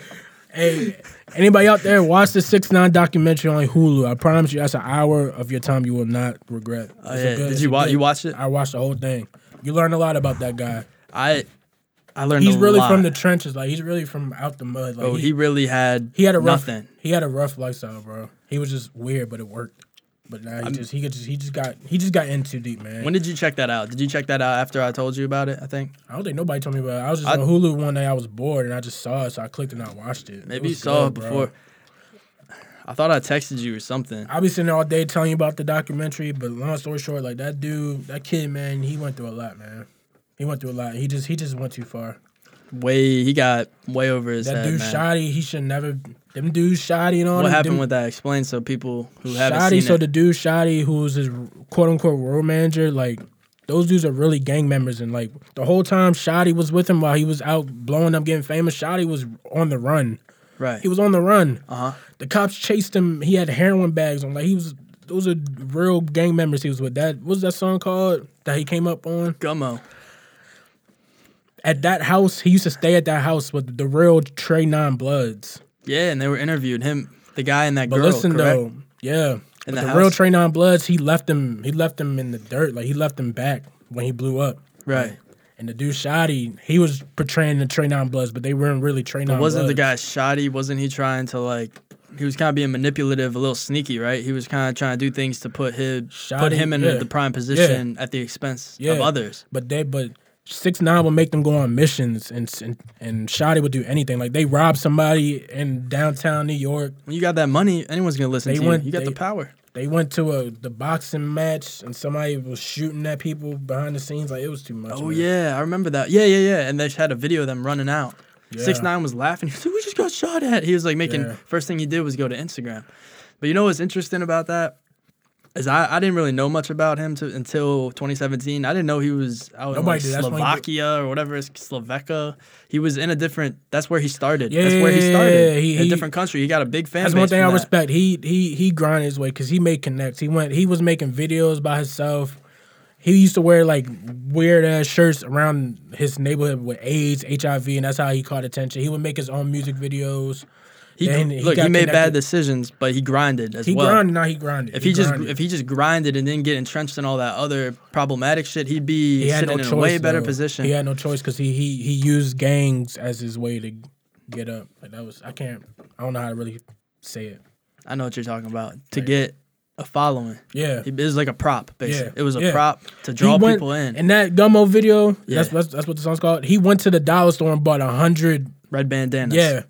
hey, anybody out there watch the six nine documentary on Hulu? I promise you, that's an hour of your time you will not regret.
Oh,
It's a
yeah.
good-
Did
it's
you
a
watch?
good-
You watched it?
I watched the whole thing. You learn a lot about that guy.
I I learned
He's
a
really
lot.
from the trenches. Like he's really from out the mud. Like
Oh,
he,
he really had
he had a rough
nothing.
he had a rough lifestyle, bro. He was just weird, but it worked. But now he just he could just he just got he just got in too deep, man.
When did you check that out? Did you check that out after I told you about it? I think
I don't think nobody told me about it. I was just
I-
on Hulu one day. I was bored and I just saw it, so I clicked and I watched it.
maybe you
was
saw
good,
it
bro.
before. I thought I texted you or something.
I'll be sitting there all day telling you about the documentary, but long story short, like that dude, that kid, man, he went through a lot, man. He went through a lot. He just he just went too far.
Way he got way over his
That
head.
dude
man.
shoddy. He should never. Them dudes shoddy and all.
what
them-
happened
them-
with that? Explain so people who haven't
Shoddy?
seen
So
it.
the dude shoddy, who was his quote unquote road manager, like those dudes are really gang members, and like the whole time shoddy was with him while he was out blowing up, getting famous, shoddy was on the run.
right.
He was on the run.
Uh huh.
The cops chased him. He had heroin bags on. Like he was. Those are real gang members he was with. That what was that song called that he came up on.
Gummo.
at that house, he used to stay at that house with the real Trey Nine Bloods.
Yeah, and they were interviewed him, the guy and that
But
girl.
listen
correct?
though, yeah,
In
But
the
the, real
house?
Trey Nine Bloods, he left him. He left him in the dirt. Like he left him back when he blew up.
right?
And the dude Shoddy, he was portraying the Trey Nine Bloods, but they weren't really Trey Nine.
But wasn't the
Bloods.
guy shoddy? Wasn't he trying to like? He was kind of being manipulative, a little sneaky, right? He was kind of trying to do things to put his put
Shoddy,
him in
yeah.
the prime position at the expense
Yeah.
of others.
But they, but six nine would make them go on missions, and and and Shoddy would do anything. Like they robbed somebody in downtown New York.
When you got that money, anyone's gonna listen
They
to you.
went-
you got the
they-
power.
They went to a the boxing match, and somebody was shooting at people behind the scenes. Like it was too much.
Oh
man.
yeah, I remember that. Yeah, yeah, yeah. And they had a video of them running out.
Yeah.
Six nine was laughing. He was like, "We just got shot at." He was like making
Yeah.
first thing he did was go to Instagram. But you know what's interesting about that is I, I didn't really know much about him to, until 2017. I didn't know he was out in
Nobody
like
did. That's when he-
Slovakia or whatever it's Slovakia. He was in a different. That's where he started.
Yeah,
that's where he
yeah,
started.
yeah, he-
in a
he-
different country. He got a big fan.
That's one
base
thing I
from that.
respect. He he he grinded his way because he made connects. He went. He was making videos by himself. He used to wear like weird ass shirts around his neighborhood with AIDS, HIV, and that's how he caught attention. He would make his own music videos.
He,
Then
gr-
he
look, he
got
made bad
connected.
decisions, but he grinded as
He
well.
grinded. Now he grinded.
If he, just
grinded.
if he just grinded and didn't get entrenched in all that other problematic shit, he'd be
he had
sitting
no
in
choice,
a way better
though.
position.
He had no choice because he he he used gangs as his way to get up. Like that was I can't. I don't know how to really say it.
I know what you're talking about. To get a following,
Yeah.
He- it was like a prop. Basically,
Yeah,
it was a
yeah.
prop to
He
draw
went-
people in.
In that Gummo video,
Yeah.
that's, that's that's what the song's called. He went to the dollar store and bought a hundred.
Red bandanas.
Yeah,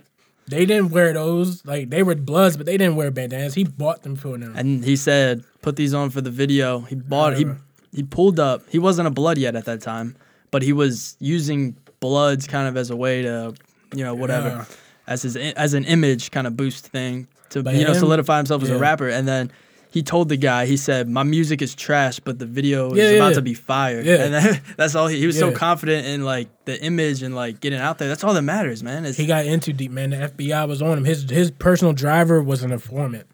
they didn't wear those. Like they were bloods, but they didn't wear bandanas. He bought them for them.
and he said, "Put these on for the video." He bought. He
remember.
he pulled up. He wasn't a blood yet at that time, but he was using bloods kind of as a way to, you know, whatever,
Yeah.
as his as an image kind of boost thing to
But
you know
him-
solidify himself as a
yeah.
rapper. And then he told the guy, he said, "My music is trash, but the video
Yeah,
is
yeah,
about
yeah.
to be fire."
Yeah.
And then, that's all. He, he was so
Yeah.
confident in like the image and like getting out there. That's all that matters, man. It's,
He got into deep man. The FBI was on him. His his personal driver was an informant.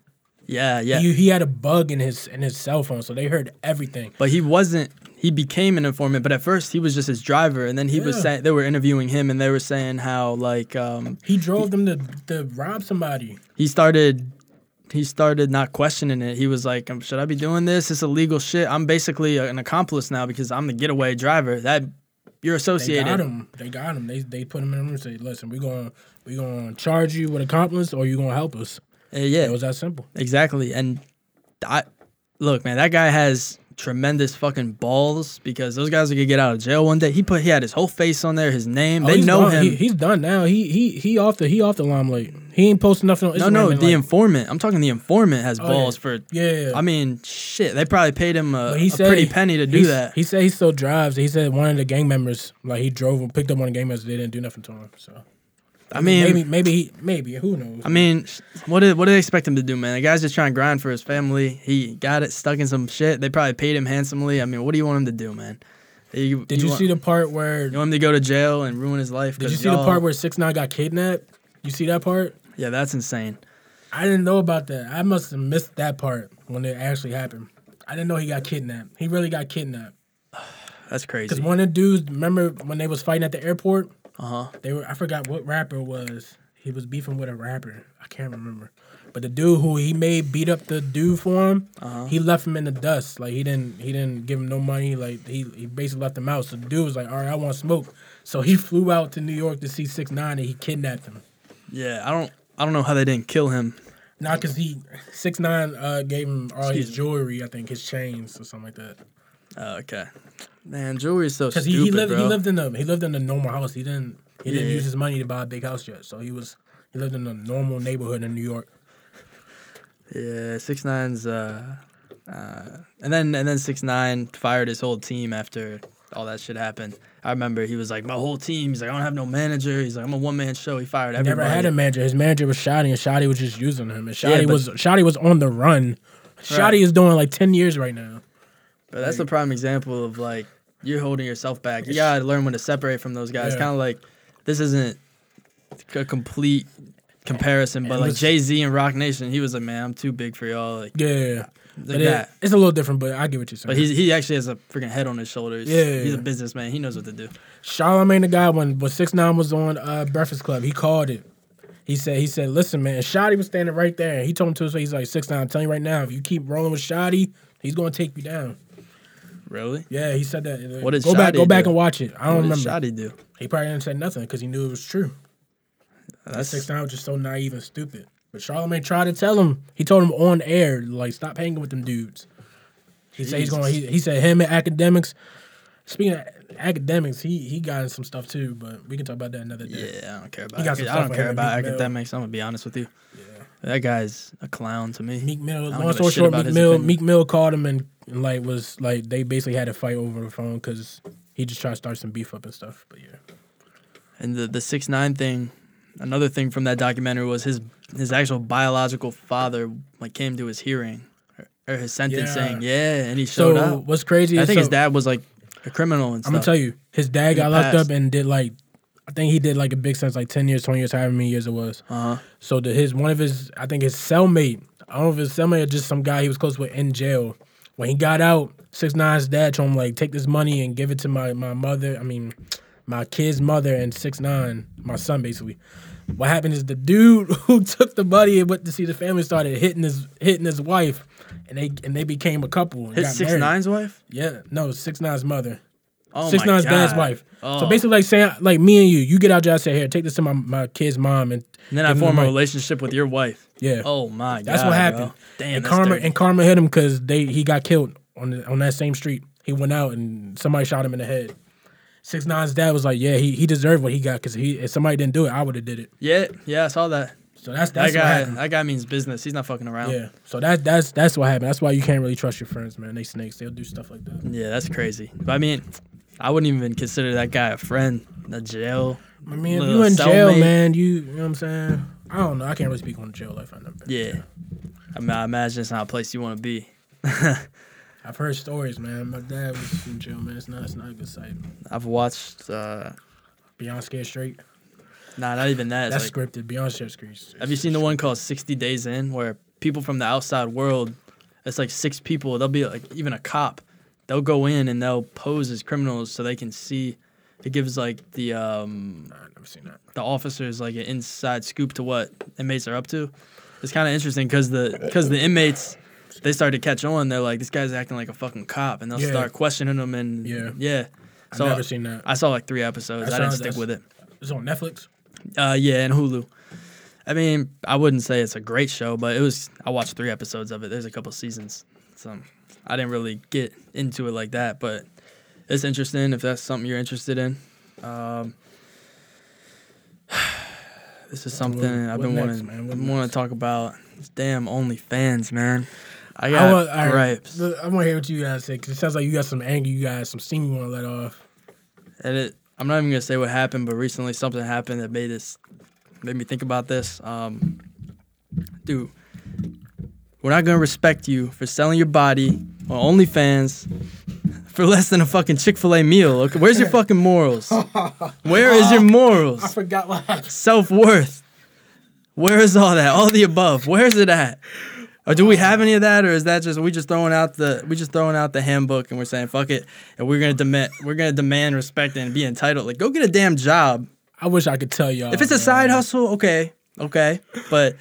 yeah, yeah.
He, he had a bug in his in his cell phone, so they heard everything.
But he wasn't. He became an informant, but at first he was just his driver, and then he was
Yeah.
saying they were interviewing him, and they were saying how like um,
He drove them to to rob somebody.
he started, he started not questioning it. He was like, um, "Should I be doing this? It's illegal shit. I'm basically an accomplice now because I'm the getaway driver. That you're
They got
associated.
him. They got him. They they put him in a room and say, "Listen, we're going we going to charge you with accomplice, or you going to help us."
Uh, yeah,
It was that simple.
Exactly. And I look, man, that guy has tremendous fucking balls because those guys are gonna get out of jail one day. He put he had his whole face on there, his name.
Oh,
they
he's
know
gone.
him.
He, he's done now. He he he off the he off the limelight. He ain't posting nothing on Instagram.
no, no,
and
the
like-
informant. I'm talking the informant has
Oh, yeah.
balls for.
yeah.
I mean, shit. They probably paid him a,
But he
a
said-
pretty penny to do
he's-
that.
He said he still drives. He said one of the gang members, like he drove and picked up one of the gang members. They didn't do nothing to him. So
I mean,
maybe maybe he maybe who knows?
I mean, sh- what did what do they expect him to do, man? The guy's just trying to grind for his family. He got it stuck in some shit. They probably paid him handsomely. I mean, what do you want him to do, man? You,
did you,
want,
see the part where?
You want him to go to jail and ruin his life?
Did
'cause
you see the
y'all-
part where Six Nine got kidnapped? You see that part?
Yeah, that's insane.
I didn't know about that. I must have missed that part when it actually happened. I didn't know he got kidnapped. He really got kidnapped.
That's
Cause
crazy.
one of the dudes, remember when they was fighting at the airport?
Uh huh.
They were I forgot what rapper it was. He was beefing with a rapper. I can't remember. But the dude who he made beat up the dude for him, he left him in the dust. Like he didn't he didn't give him no money. Like he, he basically left him out. So the dude was like, All right, I want smoke. So he flew out to New York to see six nine and he kidnapped him.
Yeah, I don't. I don't know how they didn't kill him.
Not cause he six nine uh, gave him all
Excuse
his
me.
jewelry, I think, his chains or something like that.
Oh, okay. Man, jewelry is so
Cause
stupid,
he, he lived
bro.
he lived in a he lived in a normal house. He didn't he didn't
Yeah.
use his money to buy a big house yet. So he was he lived in a normal neighborhood in New York.
yeah, six nine's. Uh, uh, and then and then six nine fired his whole team after all that shit happened. I remember he was like, my whole team. He's like, I don't have no manager. He's like, I'm a one man show. He fired everybody.
Never had a manager. His manager was Shotty, and Shotty was just using him. And
Yeah,
Shotty
but-
was Shotty was on the run. Shotty
Right.
is doing like ten years right now.
But that's the prime example of like you're holding yourself back. You gotta learn when to separate from those guys.
Yeah.
Kind of like this isn't a complete comparison, but
And
like
let's-
Jay Z and Rock Nation, he was like, man, I'm too big for y'all. Like,
Yeah, But
Like
it-
that.
it's a little different, but I get what you're saying.
But he's, he actually has a freaking head on his shoulders.
Yeah.
He's a businessman. He knows what to do.
Charlamagne the guy when when Six Nine was on uh, Breakfast Club, he called it. He said, he said, listen, man, Shoddy was standing right there. He told him to his face, he's like, Six Nine, I'm telling you right now, if you keep rolling with Shoddy, he's gonna take you down.
Really?
Yeah, he said that.
What did
go back,
Shoddy
go back
do?
and watch it. I don't
what
Oh, remember.
did Shotty do?
He probably didn't say nothing because he knew it was true.
That's
Six Nine was just so naive and stupid. But Charlamagne tried to tell him. He told him on air, like, stop hanging with them dudes. He said he's going. He, he said him and academics. Speaking of academics, he he got in some stuff too, but we can talk about that another day.
yeah. I don't care about.
He got some
I
stuff
don't
with
care
him,
about
Meek Mill.
academics. I'm gonna be honest with you. That guy's a clown to me.
Meek Mill.
I don't
Long
give a
story
shit
short,
about
Meek
his
Mill.
opinion.
Meek Mill called him and, and like was like they basically had a fight over the phone because he just tried to start some beef up and stuff. But yeah,
And the the six nine thing, another thing from that documentary was his his actual biological father like came to his hearing or, or his sentence
Yeah.
saying yeah, and he showed
so
up.
what's crazy?
I
is
think
so,
his dad was like a criminal and stuff.
I'm gonna tell you, his dad got locked
passed.
up and did like, I think he did like a big sentence, like ten years, twenty years, however many years it was.
Uh-huh.
So the, his one of his, I think his cellmate, I don't know if his cellmate or just some guy he was close with in jail. When he got out, six nine's dad told him like, take this money and give it to my my mother. I mean, my kid's mother and six nine, my son basically. What happened is the dude who took the money and went to see the family started hitting his hitting his wife, and they and they became a couple. And
His
got
six
married.
nine's wife.
Yeah, no, six nine's mother.
Oh
Six
my
Nine's dad's
God.
wife. So
Oh.
basically, like saying, like me and you, you get out your house, say, here, take this to my, my kid's mom, and
And then I
give them
form a
the mic.
relationship with your wife.
Yeah,
Oh my god.
that's what happened.
bro. Damn.
and
that's
karma
dirty.
and karma hit him because they he got killed on the, on that same street. He went out and somebody shot him in the head. Six Nine's dad was like, yeah, he, he deserved what he got because he if somebody didn't do it, I would have did it.
yeah, yeah, I saw that.
So that's
that
that's what
guy,
happened.
that guy means business. He's not fucking around.
yeah, so that's that's that's what happened. That's why you can't really trust your friends, man. They snakes. They'll do stuff like that.
Yeah, that's crazy. But I mean, I wouldn't even consider that guy a friend. The jail.
I mean, if
Little
you in jail,
cellmate.
man, you you know what I'm saying. I don't know. I can't really speak on jail life. I never. been.
Yeah. I mean, I imagine it's not a place you want to be.
I've heard stories, man. My dad was in jail, man. It's not, it's not a good sight.
I've watched, uh,
Beyond Scared Straight.
nah, not even that. It's
That's
like-
scripted. Beyond Scared Straight.
have you seen the one called 60 Days In where people from the outside world, it's like six people, they'll be like, even a cop, they'll go in and they'll pose as criminals so they can see. It gives like the um,
Nah, I've never seen that.
the officers like an inside scoop to what inmates are up to. It's kind of interesting because the because the inmates they start to catch on. They're like, this guy's acting like a fucking cop, and they'll
Yeah.
start questioning him. And
Yeah.
yeah.
I've
So
never seen that.
I saw like three episodes.
That
I didn't
sounds-
stick with it.
It's on Netflix.
Uh, yeah, and Hulu. I mean, I wouldn't say it's a great show, but it was. I watched three episodes of it. There's a couple seasons, so I didn't really get into it like that. But it's interesting if that's something you're interested in. Um, this is something I've
what
been
next, man?
wanting.
What
I want
next?
to talk about. It's damn OnlyFans, man. I
I
got
want, all right,
gripes.
look, I want to hear what you guys say because it sounds like you got some anger, you got some steam you want to let off.
and it, I'm not even gonna say what happened, but recently something happened that made this made me think about this. Um, dude, we're not gonna respect you for selling your body on OnlyFans for less than a fucking Chick Fil A meal. Okay, where's your fucking morals? Where is your morals?
forgot what happened.
Self worth. Where is all that? All the above. Where is it at? Or do we have any of that, or is that just we just throwing out the we just throwing out the handbook and we're saying fuck it, and we're gonna demand we're gonna demand respect and be entitled. Like go get a damn job.
I wish I could tell y'all.
If it's a side hustle, okay, okay, but.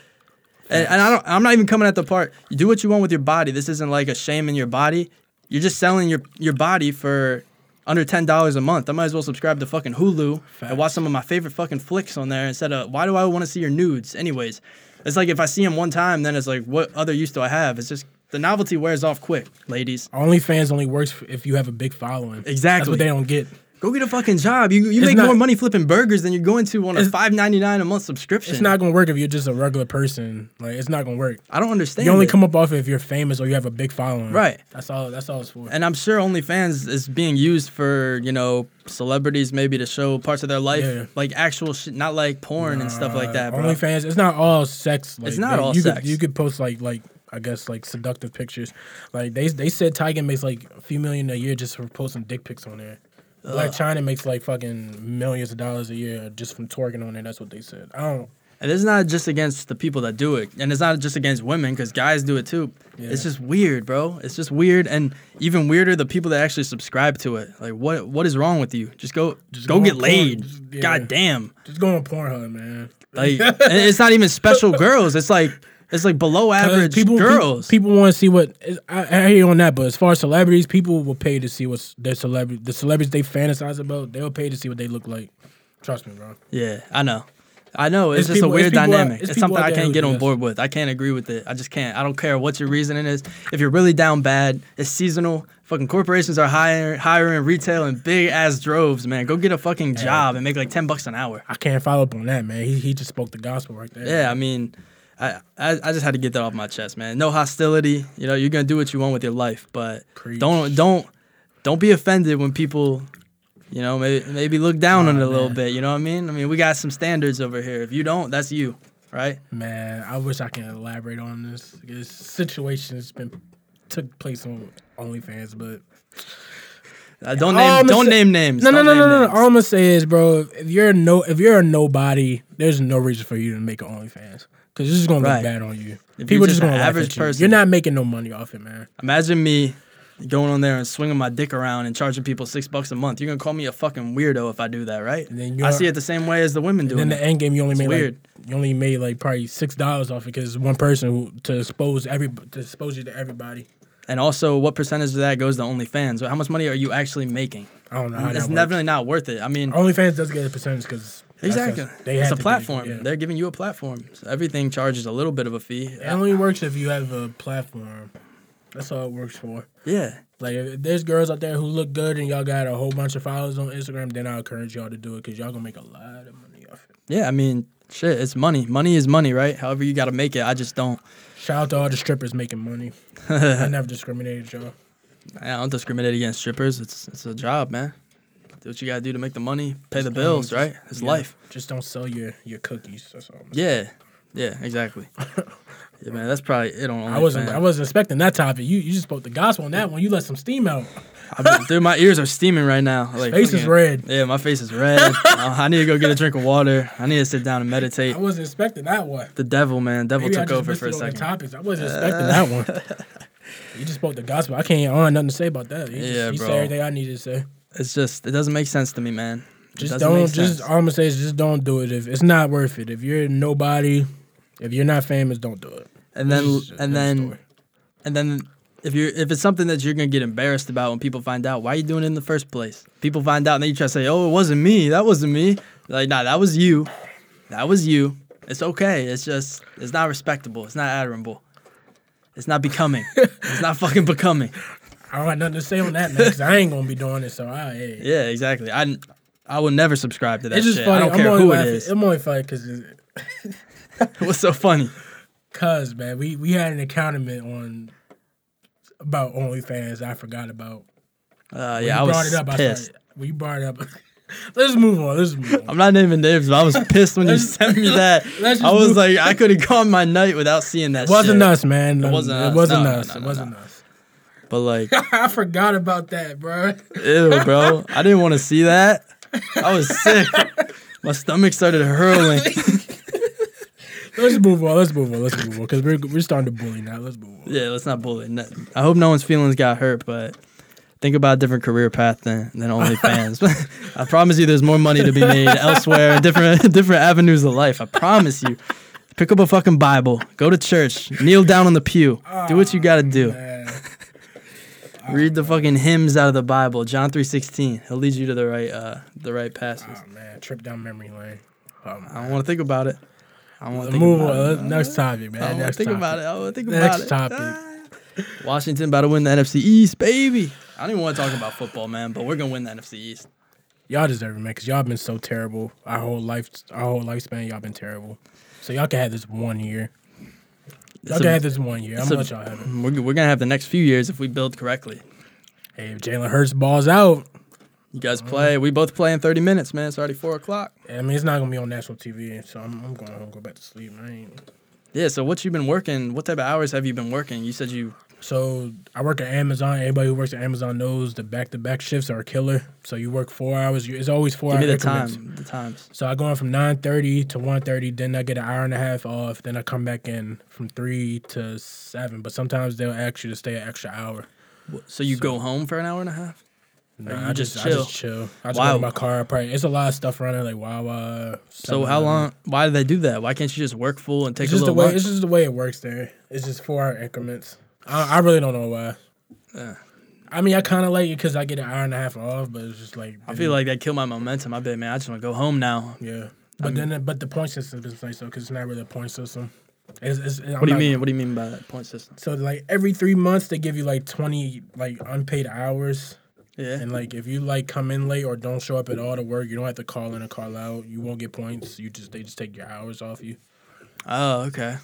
And, and I don't, I'm not even coming at the part. You do what you want with your body. This isn't like a shame in your body. You're just selling your, your body for under ten dollars a month. I might as well subscribe to fucking Hulu and watch
Facts.
some of my favorite fucking flicks on there instead of why do I want to see your nudes anyways? It's like if I see them one time, then it's like what other use do I have? It's just the novelty wears off quick, ladies.
OnlyFans only works if you have a big following. That's
Exactly.
what they don't get.
Go get a fucking job. You you
It's
make
not-
more money flipping burgers than you're going to on a
It's-
five ninety nine a month subscription.
It's not gonna work if you're just a regular person. Like it's not gonna work.
I don't understand.
You only
it.
come up off it if you're famous or you have a big following.
Right.
That's all. That's all it's for.
and I'm sure OnlyFans is being used for you know celebrities maybe to show parts of their life,
Yeah.
like actual shit, not like porn and stuff like that.
Uh,
Bro.
OnlyFans, it's not all sex. Like,
It's not
they-
all
you
sex.
Could, you could post like like I guess like seductive pictures. Like they they said Tiger makes like a few million a year just for posting dick pics on there. Black China makes like fucking millions of dollars a year just from twerking on there. That's what they said. I don't.
And it's not just against the people that do it, and it's not just against women because guys do it too. It's
Yeah.
just weird, bro. It's just weird, and even weirder the people that actually subscribe to it. Like, what what is wrong with you? Just go,
Just
go,
go
get
on porn.
laid.
Just- yeah.
God damn.
Just go on Pornhub, man.
Like, and it's not even special girls. It's like it's like below
'Cause
average
people, pe-
girls.
People, want to see what I, I hear you on that, but as far as celebrities, people will pay to see what's their celebrity, the celebrities they fantasize about. They'll pay to see what they look like. Trust me, bro.
yeah, I know. I know it's,
It's
just
people-
a
it's
weird
people out-
dynamic.
it's
It's,
people
something
out
I
there
can't
who
get
do
on
this.
board with. I can't agree with it. I just can't. I don't care what your reasoning is. If you're really down bad, it's seasonal. Fucking corporations are hiring, hiring retail in big ass droves, man. Go get a fucking job and make like ten bucks an hour.
I can't follow up on that, man. He, he just spoke the gospel right there.
Yeah, I mean, I, I I just had to get that off my chest, man. No hostility. You know, you're gonna do what you want with your life, but
Preach.
don't don't don't be offended when people, you know, maybe maybe look down on it a little bit. You know what I mean? I mean, we got some standards over here. If you don't, that's you, right?
man. I wish I can elaborate on this. This situation has been took place on OnlyFans, but
Uh, don't
All
name
I'ma
don't
Oh, say-
name names.
No, no,
Don't
no,
name
no, no, Oh. no.
names.
All I'm gonna say is, bro, if you're no, if you're a nobody, there's no reason for you to make an OnlyFans because this is gonna
Right.
look bad on you.
you're
People
just
just
an
gonna
average
average at you.
person.
You're not making no money off it, man.
Imagine me going on there and swinging my dick around and charging people six bucks a month. You're gonna call me a fucking weirdo if I do that, right?
And then
I
you're-
see it the same way as the women do.
Then the end game, you only made
weird.
like you only made like probably six dollars off it because one person who, to expose every to expose you to everybody.
And also, what percentage of that goes to OnlyFans? How much money are you actually making?
I don't know. How
it's
that
definitely not worth it. I mean,
works. OnlyFans does get a percentage because
exactly.
They
it's
had
a
to do-
platform.
yeah.
They're giving you a platform. So everything charges a little bit of a fee.
It only works if you have a platform. That's all it works for.
Yeah.
Like, if there's girls out there who look good and y'all got a whole bunch of followers on Instagram, then I encourage y'all to do it because y'all gonna make a lot of money off it.
Yeah. I mean, shit, it's money. Money is money, right? However, you got to make it. I just don't.
Shout out to all the strippers making money. I never discriminated y'all.
I don't discriminate against strippers. It's it's a job, man. Do what you got to do to make the money, pay the
don't-
bills,
just-
right? It's
yeah,
life.
Just don't sell your, your cookies. That's all. I'm saying.
Yeah. Yeah, exactly. yeah, man, that's probably it on
I wasn't I
OnlyFans.
wasn't expecting that topic. You you just spoke the gospel on that one. You let some steam out.
I was, dude, my ears are steaming right now. Like,
Face is
fucking-
red.
Yeah, my face is red. Uh, I need to go get a drink of water. I need to sit down and meditate.
I wasn't expecting that one.
The devil, man. Devil
Maybe I
took
just
over
missed
for a
it on the
second. Uh,
Topics. I wasn't expecting that one. You just spoke the gospel. I can't. I don't have nothing to say about that. You
Yeah,
just, you
bro.
said everything I needed to say.
It's just it doesn't make sense to me, man. It
Just
doesn't make
don't. Just
sense.
all I'm gonna say is just don't do it. If it's not worth it. If you're nobody, if you're not famous, don't do it.
and then
This is
and
a
then
story.
and then if you're if it's something that you're gonna get embarrassed about when people find out, why are you doing it in the first place? People find out and then you try to say, "Oh, it wasn't me. That wasn't me." Like, nah, that was you. That was you. It's okay. It's just it's not respectable. It's not admirable. It's not becoming. it's not fucking becoming.
I don't have nothing to say on that, man. Because I ain't gonna be doing it. So I. Hey.
Yeah, exactly. I I will never subscribe to that
it's just
shit.
funny.
I don't
am
care
only
who it
laughing.
is.
I'm only funny because,
What's so funny?
cause man, we we had an encounterment on about OnlyFans. I forgot about.
Uh,
When
yeah, I
you
was
up, I
pissed.
started, when you brought it up, let's move on. Let's move on.
I'm not naming names, but I was pissed when you
Let's-
sent me that.
let's just
I was
move-
like, I could have gone my night without seeing that.
It wasn't
shit.
us, man. It
wasn't us.
It wasn't
No, no,
us.
no,
It
no,
wasn't us.
But like,
I forgot about that, bro.
ew, bro, I didn't want to see that. I was sick. My stomach started hurling.
Let's move on. Let's move on. Let's move on. Because we're, we're starting to bully now. Let's move on.
yeah, let's not bully. No- I hope no one's feelings got hurt, but think about a different career path than than OnlyFans. I promise you, there's more money to be made elsewhere, different different avenues of life. I promise you. Pick up a fucking Bible, go to church, kneel down on the pew, do what you gotta do.
Man,
Read the fucking hymns out of the Bible, John three sixteen. He'll lead you to the right, uh, the right passages.
oh, man. Trip down memory lane. Um,
I don't want to think about it. I don't want to think
move
about
on.
it.
Let's- Next topic, man.
I don't want
next
to think
topic.
about it. I don't want to think about
Next
it. Ah.
topic.
Washington about to win the NFC East, baby. I don't even want to talk about football, man, but we're gonna win the NFC East.
Y'all deserve it, man. Because y'all been so terrible. Our whole life, our whole lifespan, y'all been terrible. So y'all can have this one year.
It's
Y'all can
a-
have this one year. I'm
it's a-
gonna let y'all have it.
We're, we're gonna have the next few years if we build correctly.
Hey, if Jalen Hurts balls out,
You guys
Mm-hmm.
play. We both play in thirty minutes, man. It's already four o'clock.
I mean, it's not gonna be on national TV, so I'm, I'm going home, go back to sleep. I ain't
Yeah. So what you been working? What type of hours have you been working? You said you
So I work at Amazon. Everybody who works at Amazon knows the back to back shifts are a killer. So you work four hours. You, it's always four
Give me
hours.
the time. The times.
So I go in from nine thirty to one thirty. Then I get an hour and a half off. Then I come back in from three to seven. But sometimes they'll ask you to stay an extra hour.
So you go home for an hour and a half.
Nah,
you
I
just
just, I just chill. I just
Wow.
go to my car. Probably, it's a lot of stuff running like Wawa.
So how
7-Eleven.
long? Why do they do that? Why can't you just work full and take a
It's just the
little
way.
lunch?
It's just the way it works there. It's just four hour increments. I, I really don't know why.
Yeah.
I mean, I kind of like it because I get an hour and a half off, but it's just like
I feel like that killed my momentum. I bet, man, I just want to go home now.
yeah. But then, but the point system is nice though because it's not really a point system. It's, it's,
What do you mean? What do you mean by that point system?
So like every three months they give you like twenty like unpaid hours,
Yeah.
and like if you like come in late or don't show up at all to work, you don't have to call in or call out. You won't get points. You just they just take your hours off you.
Oh, okay.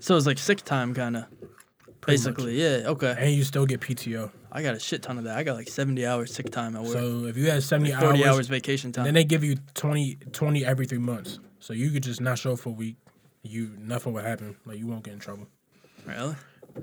So it's like sick time, kind of.
Pretty much.
Basically, yeah. Okay.
and you still get PTO.
I got a shit ton of that. I got like 70 hours sick time at work.
So if you had seventy
40 hours,
hours
vacation time.
Then they give you 20, 20 every three months. So you could just not show up for a week. You nothing will happen. Like you won't get in trouble.
really?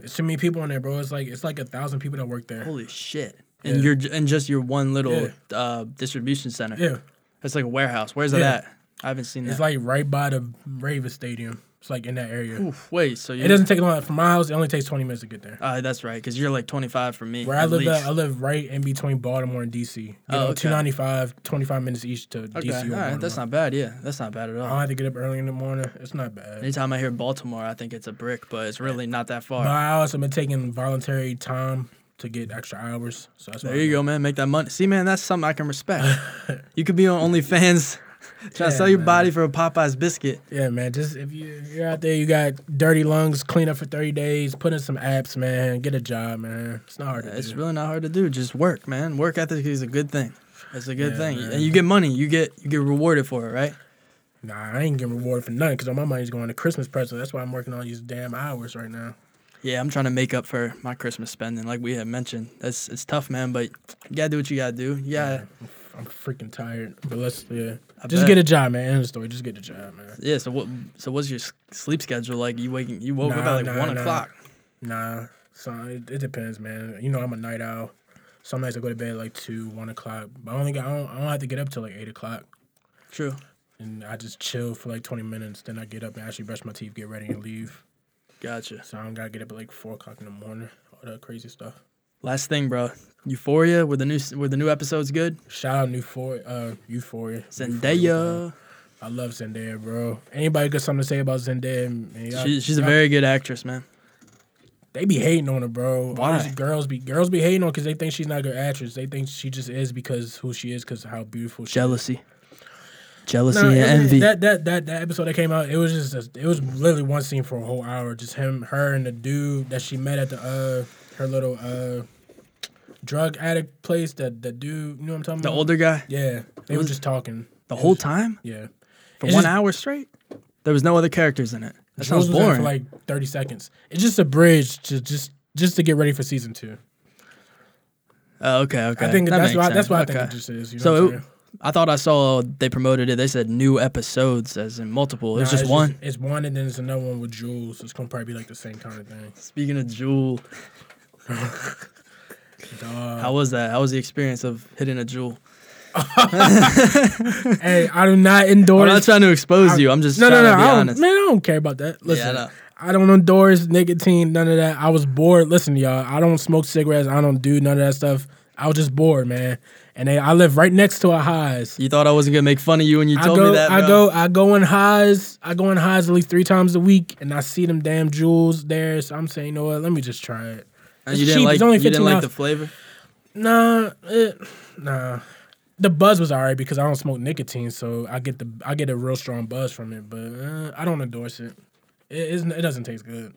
It's too many people in there, bro. It's like it's like a thousand people that work there.
Holy shit. And
Yeah.
you're j- and just your one little
Yeah.
uh, distribution center.
Yeah.
It's like a warehouse. Where's it
Yeah.
at? I haven't seen that.
It's like right by the Ravens Stadium. It's like in that area.
Oof, wait, so you
It doesn't take long from my house. It only takes twenty minutes to get there.
Uh, that's right, because you're like 25 for me.
Where I
at
live,
least.
at, I live right in between Baltimore and DC. You
Oh,
know,
okay.
295, 25 minutes each to
Okay,
DC.
all
Or
right, that's
Baltimore.
not bad. Yeah, that's not bad at
I
all.
don't have to get up early in the morning. It's not bad.
Anytime I hear Baltimore, I think it's a brick, but it's really not that
But
far.
I also been taking voluntary time to get extra hours. So that's
There
why
you go, man. Make that money. See, man, that's something I can respect. you could be on OnlyFans trying to
Yeah,
sell your
man.
body for a Popeyes biscuit.
Yeah, man. Just if you if you're out there, you got dirty lungs, clean up for thirty days, put in some apps, man. Get a job, man. It's not hard to
It's
do.
really not hard to do. Just work, man. Work ethic is a good thing. It's a good
Yeah,
thing,
man.
and you get money. You get you get rewarded for it, right?
nah, I ain't getting rewarded for nothing because all my money's going to Christmas presents. That's why I'm working on these damn hours right now.
Yeah, I'm trying to make up for my Christmas spending, like we had mentioned. That's it's tough, man, but you gotta do what you gotta do. Yeah,
I'm freaking tired. But let's yeah.
I
just
bet.
get a job, man. End of story. Just get a job, man.
Yeah. So what? So what's your s- sleep schedule like? You waking? You woke up at
Nah,
like
nah,
one
nah.
o'clock.
Nah, son. It, it depends, man. You know, I'm a night owl. Some nights I go to bed at like two, one o'clock. But I only got I don't, I don't have to get up till like eight o'clock.
True.
And I just chill for like 20 minutes. Then I get up and actually brush my teeth, get ready, and leave.
Gotcha.
So I don't gotta get up at like four o'clock in the morning. All that crazy stuff.
Last thing, bro. Euphoria. Were the new s- Were the new episodes good?
Shout out New Four, uh, Euphoria. Euphoria,
Zendaya.
I love Zendaya, bro. Anybody got something to say about Zendaya? man, y'all-
She, she's a
y'all-
very good actress, man.
They be hating on her, bro. All
Why?
these girls be girls be hating on because they think she's not a good actress. They think she just is because who she is, because how beautiful. she
Jealousy. Jealousy
Nah,
and
it was-
envy.
That, that that that episode that came out, it was just a, it was literally one scene for a whole hour, just him, her, and the dude that she met at the uh her little uh drug addict place. That the dude, you know what I'm talking
the
about?
older guy.
yeah, they were
was-
just talking
The
It
whole
was-
time
Yeah,
for
It's
one
just-
hour straight. There was no other characters in it. That sounds
Jules was in
boring.
for like 30 seconds. It's just a bridge to just just to get ready for season two.
oh, okay. Okay.
I think
That
that's
makes
why that's
sense.
why I
Okay.
think it just is. You know
So
what I'm
it,
saying?
I thought I saw they promoted it. They said new episodes, as in multiple. It was
Nah,
just
it's
one.
it's one, and then it's another one with Jules. It's gonna probably be like the same kind of thing.
Speaking of Jewel.
Dog.
How was that? How was the experience of hitting a jewel?
hey, I do not endorse.
I'm not trying to expose you. I'm just
No, no,
trying
no.
to be
I don't,
honest.
man, I don't care about that. Listen,
know.
I, don't endorse nicotine, none of that. I was bored. Listen, y'all, I don't smoke cigarettes. I don't do none of that stuff. I was just bored, man. And they, I live right next to a highs.
You thought I wasn't gonna make fun of you when you
I
told
go,
me that.
I
bro?
go, I go in highs. I go in highs at least three times a week, and I see them damn jewels there. So I'm saying, you know what? Let me just try it.
And
it's
you didn't
cheap,
like.
it's only
you didn't like
$15.
the flavor.
Nah, it, nah. The buzz was alright because I don't smoke nicotine, so I get the I get a real strong buzz from it. But uh, I don't endorse it. It, it's, it doesn't taste good.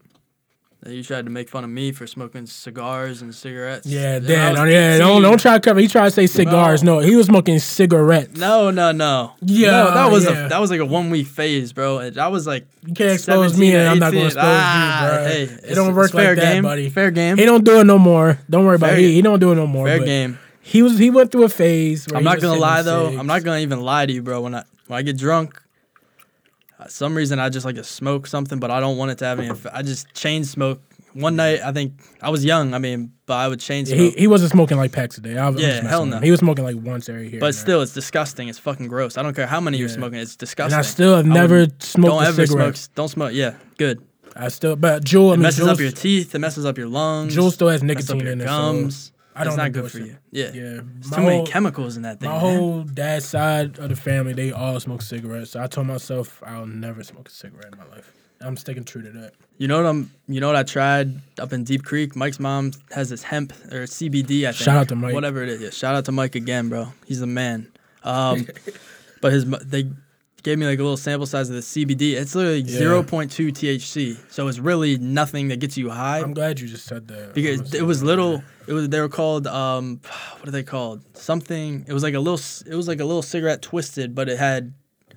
That You tried to make fun of me for smoking cigars and cigarettes.
Yeah,
When I
damn. oh,
was
yeah, don't
18.
don't try to cover. He tried to say cigars. No, he was smoking cigarettes.
No, no, no.
Yeah,
no, that was
yeah.
a that was like a one week phase, bro. And That was like
You can't expose me,
17,
and I'm not
18.
gonna expose
Ah,
you, bro.
Hey,
it
it's-
don't
it's
work
fair
like
game,
that, buddy.
Fair game.
He don't do it no more. Don't worry about
Fair-
it. He, he don't do it no more.
fair
but
game.
He was he went through a phase. Where
I'm
he
not
was
gonna
hitting
lie though. I'm
cigs.
not gonna even lie to you, bro. When I when I get drunk, uh, some reason I just like to smoke something, but I don't want it to have any. Effect. I just chain smoke one night I think I was young. I mean, but I would chain
He,
smoke.
he wasn't smoking like packs a day. I was,
Yeah,
I was messing
hell
with
no.
him. He was smoking like once every here. and
but
there.
still, it's disgusting. It's fucking gross. I don't care how many you're
Yeah.
smoking. It's
and
disgusting.
I still have
I
never
wouldn't-
smoked
don't
a
ever
cigarette.
smoke. Don't smoke. Yeah, good.
I still, but Jewel, I
It
mean,
messes up
Jewel's,
your teeth. It messes up your lungs.
Jewel still has
messes up
nicotine
your
in it. So
gums.
I don't
it's not good
endorse
for
it.
you. Yeah.
yeah,
There's
my
too many
whole-
chemicals in that thing. man.
My whole dad's side of the family, they all smoke cigarettes. So I told myself I'll never smoke a cigarette in my life. I'm sticking true to that.
You know what I'm? You know what I tried up in Deep Creek. Mike's mom has this hemp or CBD. I think.
Shout out to Mike.
Whatever it is. Yeah. Shout out to Mike again, bro. He's the man. Um, but his mo- they gave me like a little sample size of the CBD. It's literally
Yeah.
0.2 THC. So it's really nothing that gets you high
I'm glad you just said that.
because it was little. It was they were called um, what are they called? Something. It was like a little. c- It was like a little cigarette twisted, but it had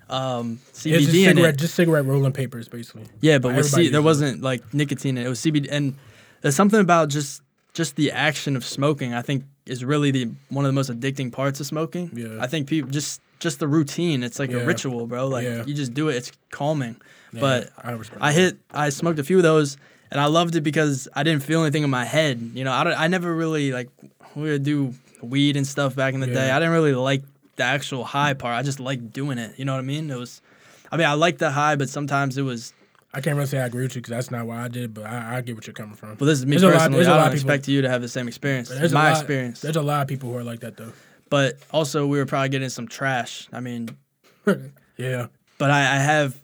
um
Yeah,
CBD
it's just
in it.
cigarette, just cigarette rolling papers, basically.
Yeah, but with
Everybody
C- there
uses it.
wasn't like nicotine in it. It was CBD, and there's something about just just the action of smoking. I think is really the one of the most addicting parts of smoking.
Yeah.
I think people just just the routine. It's like
Yeah.
a ritual, bro. Like
Yeah.
you just do it. It's calming.
Yeah,
But
I, respect
I
that.
hit. I smoked a few of those, and I loved it because I didn't feel anything in my head. You know, I don't. I never really like we would do weed and stuff back in the day.
Yeah.
I didn't really like the actual high part. I just liked doing it. You know what I mean? It was. I mean, I liked the high, but sometimes it was
I can't really say I agree with you because that's not why I did. it, But I, I get what you're coming from.
well, this is me
There's a lot-
personally.
there's a
I
lot
don't
of people-
expect you to have the same experience.
There's
It's
a
my
lot-
experience.
There's a lot of people who are like that though.
But also, we were probably getting some trash. I mean,
yeah,
but I, I have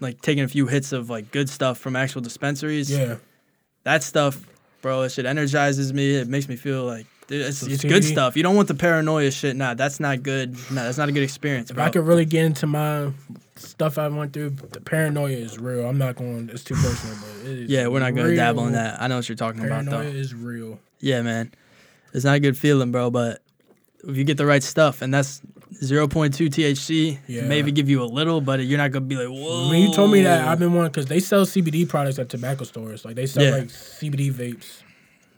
like taken a few hits of like good stuff from actual dispensaries.
yeah.
That stuff, bro, it shit energizes me. It makes me feel like dude, it's,
So
it's good
CBD?
stuff. You don't want the paranoia shit. Nah, that's not good. Nah, that's not a good experience,
If
bro.
I could really get into my stuff I went through, the paranoia is real. I'm not going. It's too personal, but it is
yeah, we're not gonna
real.
dabble in that. I know what you're talking about,
Paranoia
though.
is real.
Yeah, man, it's not a good feeling, bro. But if you get the right stuff, and that's 0.2 THC,
Yeah.
maybe give you a little, but you're not gonna be like, whoa.
When you told me that, I've been wanting because they sell CBD products at tobacco stores. Like they sell
Yeah.
like CBD vapes.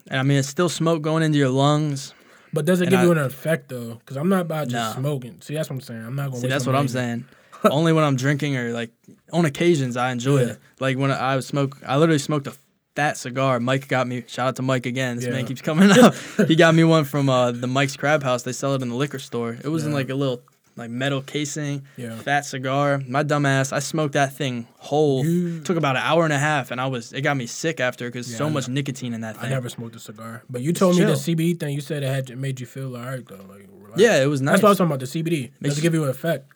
And I mean, it's still smoke going into your lungs.
But does it
And
give
I-
you an effect though? Because I'm not about just
Nah.
smoking. See, that's what I'm saying. I'm not going.
See, that's what I'm saying. Only when I'm drinking or like on occasions, I enjoy
Yeah.
it. Like when I would smoke, I literally smoked a fat cigar. Mike got me. Shout out to Mike again. This
Yeah.
man keeps coming up. he got me one from uh, the Mike's Crab House. They sell it in the liquor store. It was in
Yeah.
like a little like metal casing.
Yeah.
Fat cigar. My dumb ass. I smoked that thing whole.
You-
Took about an hour and a half, and I was. It got me sick after because
Yeah,
so
I
much nicotine in that
I
thing.
never smoked a cigar, but you told me
chill.
the CBD thing. You said it had it made you feel all right though. Like relax.
yeah, it was nice.
That's what I was talking about. The CBD
Makes
does it give you an effect?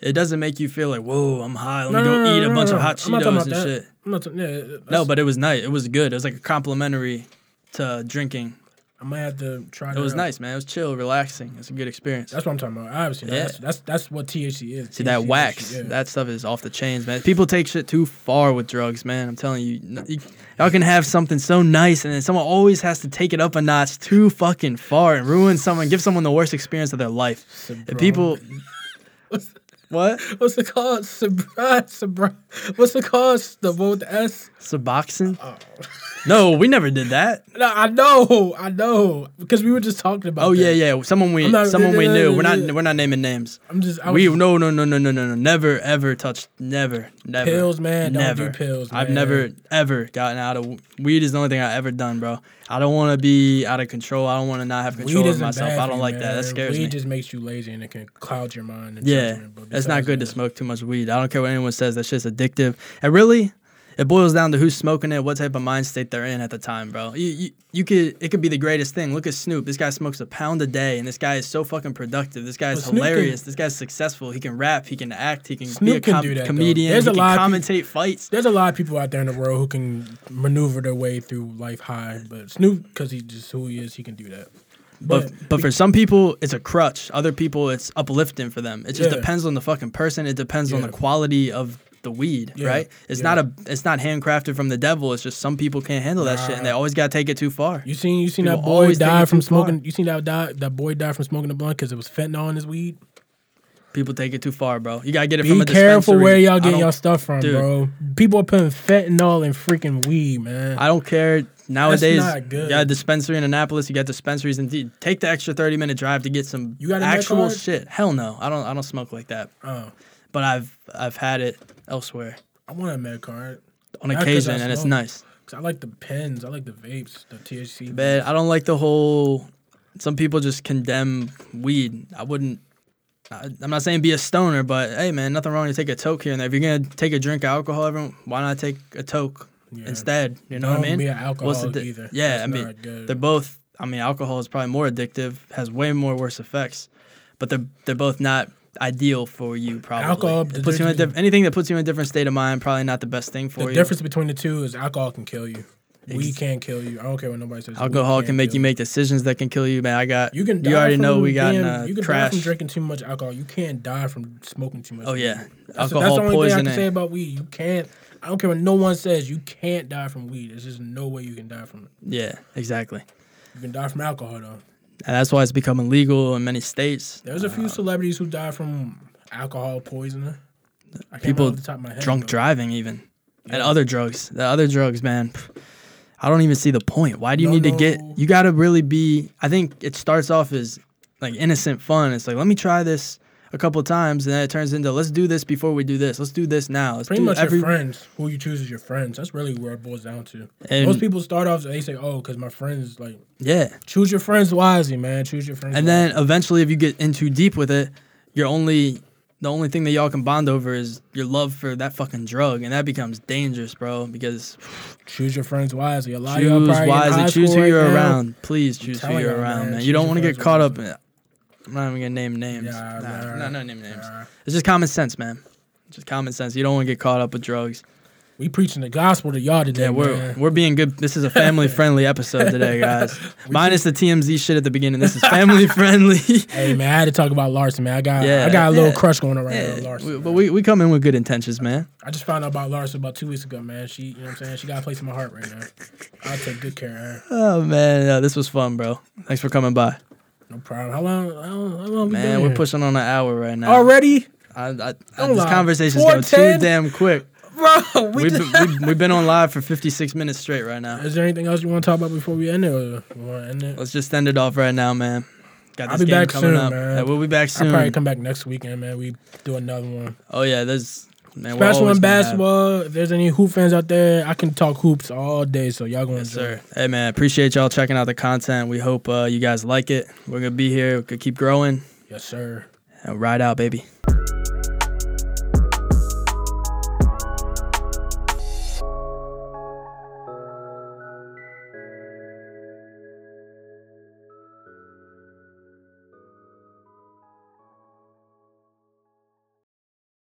It doesn't make you feel like, whoa, I'm high. Let me go Oh, eat a bunch of hot
I'm not talking
Cheetos and
about that.
shit.
I'm not ta- yeah, that's-
No, but it was nice. It was good. It was like a complimentary to drinking.
I might have to try.
It
that
was
out.
nice, man. It was chill, relaxing. It's a good experience.
That's what I'm talking about. Obviously,
Yeah.
that's, that's that's what THC is.
See that
THC,
wax,
yeah.
that stuff is off the chains, man. People take shit too far with drugs, man. I'm telling you, n- you- y'all can have something so nice, and then someone always has to take it up a notch too fucking far and ruin someone, give someone the worst experience of their life.
Sobriety.
And people,
What's-
what
What's it called? Sabra, Sabra. What's it called? The one with the S.
suboxone?
Oh.
No, we never did that.
No, I know, I know, because we were just talking about.
Oh yeah,
that.
yeah. Someone we
I'm not-
someone we
yeah,
knew.
yeah,
We're not
yeah.
we're not naming names.
I'm just. I was
We
just-
no no no no no no no never ever touched never never
pills, man. Don't
never
do pills.
I've
man.
never ever gotten out of weed is the only thing I've ever done, bro. I don't want to be out of control. I don't want to not have
Weed
control of
isn't
myself.
bad
I
for
don't
you,
like that. That
man.
scares
Weed
me.
just makes you lazy and it can cloud your mind. And
yeah,
judgment, but
it's not
besides
good to
that-
smoke too much weed. I don't care what anyone says. That shit's addictive. And really, it boils down to who's smoking it, what type of mind state they're in at the time, bro. You, you, you could it could be the greatest thing. Look at Snoop. This guy smokes a pound a day, and this guy is so fucking productive. This guy is
But Snoop can-
hilarious. This guy's successful. He can rap. He can act. He can be
Snoop
a
can
com-
do that, though.
comedian.
There's
he
a
can
lot of
commentate fights.
There's a lot of people out there in the world who can maneuver their way through life high, but Snoop, because he just who he is, he can do that.
But but for some people it's a crutch. Other people it's uplifting for them. It just
Yeah.
depends on the fucking person. It depends on the
Yeah.
quality of the weed,
Yeah.
right? It's
Yeah.
not a it's not handcrafted from the devil. It's just some people can't handle that shit and they
Nah.
always gotta take it too far.
You seen you seen
People
that boy
always take it
die from
too far.
smoking. You seen that die, that boy die from smoking the blunt because it was fentanyl in his weed.
People take it too far, bro. You gotta get it from
Be
a
careful
dispensary.
where y'all
I
get
don't-
y'all stuff from,
Dude.
bro. People are putting fentanyl in freaking weed, man.
I don't care. Nowadays,
not good.
you got a dispensary in Annapolis. You got dispensaries in D. Take the extra thirty minute drive to get some
You got a med
actual
card?
shit. Hell no, I don't. I don't smoke like that.
oh,
But I've I've had it elsewhere
I want a med card.
on
Not 'cause I
occasion, and it's
smoke.
nice.
'Cause I like the pens. I like the vapes. The THC.
Man, I don't like the whole. Some people just condemn weed. I wouldn't. I, I'm not saying be a stoner, but hey, man, nothing wrong to take a toke here and there. If you're gonna take a drink of alcohol, everyone, why not take a toke
Yeah.
instead? You know
Don't
what I mean?
Be an alcoholic
di-
either.
Yeah,
That's
I mean,
not good.
they're both. I mean, alcohol is probably more addictive, has way more worse effects, but they're they're both not ideal for you. Probably
Alcohol,
It
the
puts you in a
difference-
diff- anything that puts you in a different state of mind. Probably not the best thing for
the
you.
difference between the two is alcohol can kill you. Weed
Ex-
can't kill you. I don't care what nobody says. weed
Alcohol
can't
can make
kill
you make decisions that can kill you. Man, I got.
You can. Die
You already
from
know we got
being-
in a
You can
crash.
die from drinking too much alcohol. You can't die from smoking too much.
Oh
weed.
yeah,
That's,
alcohol
that's the only
poisoning.
thing I can say about weed. You can't. I don't care what no one says. You can't die from weed. There's just no way you can die from it.
yeah, exactly.
You can die from alcohol though.
And that's why it's becoming legal in many states.
There's a few celebrities who die from alcohol poisoning. I can't
people
remember off the top of my head,
Drunk
though.
driving, even, and
Yeah.
other drugs. The other drugs, man. pff, I don't even see the point. Why do you
No,
need to get?
no.
You got to really be. I think it starts off as like innocent fun. It's like let me try this a couple times, and then it turns into let's do this before we do this. Let's do this now. Let's
Pretty
do
much
every-
your friends, who you choose as your friends. That's really where it boils down to.
And-
Most people start off they say, "Oh, because my friends like
Yeah.
choose your friends wisely, man. Choose your friends."
And then eventually, if you get in too deep with it, you're only the only thing that y'all can bond over is your love for that fucking drug, and that becomes dangerous, bro. Because
choose your friends wisely. A lot of y'all
choose
probably in high
wisely, choose
school
who
right
you're
now.
around. Please choose who
telling
you're
y'all,
around, man.
man,
You don't
choose
want to
your
get
friends
caught up. In it. I'm not even gonna name names.
Yeah,
Nah,
nah,
nah, no name names.
nah.
It's just common sense, man. Just common sense. You don't want to get caught up with drugs.
We preaching the gospel to y'all today,
Yeah, we're
man.
we're being good. This is a family friendly episode today, guys. Minus the TMZ shit at the beginning. This is family friendly.
Hey man, I had to talk about Larson, man. I got
Yeah,
I got a little
yeah.
crush going on right now,
Yeah,
with Larson.
we-
man.
but we, we come in with good intentions, man.
I just found out about Larson about two weeks ago, man. She, you know what I'm saying? She got a place in my heart right now. I'll take good care of her.
Oh man, uh, this was fun, bro. Thanks for coming by,
No problem. How long? How long, how long we been
man. We're
here?
pushing on an hour right now.
already,
I, I, I,
Don't
this
lie.
conversation's going too
410?
damn quick.
bro. We
We've
just,
been, we've, we've been on live for 56 minutes straight right now.
is there anything else you want to talk about before we end it? Or you want to end it?
Let's just end it off right now, man. Got this
I'll be
game
back
coming
soon,
up.
man.
Yeah, we'll be back
I'll probably
soon.
come back next weekend, man. We do another one.
oh yeah, there's man. we're
Especially
always
in
gonna have-
basketball. If there's any hoop fans out there, I can talk hoops all day. So y'all gonna
Yes,
enjoy.
sir. Hey man, appreciate y'all checking out the content. We hope uh, you guys like it. We're gonna be here. We're gonna keep growing.
Yes, sir.
And ride out, baby.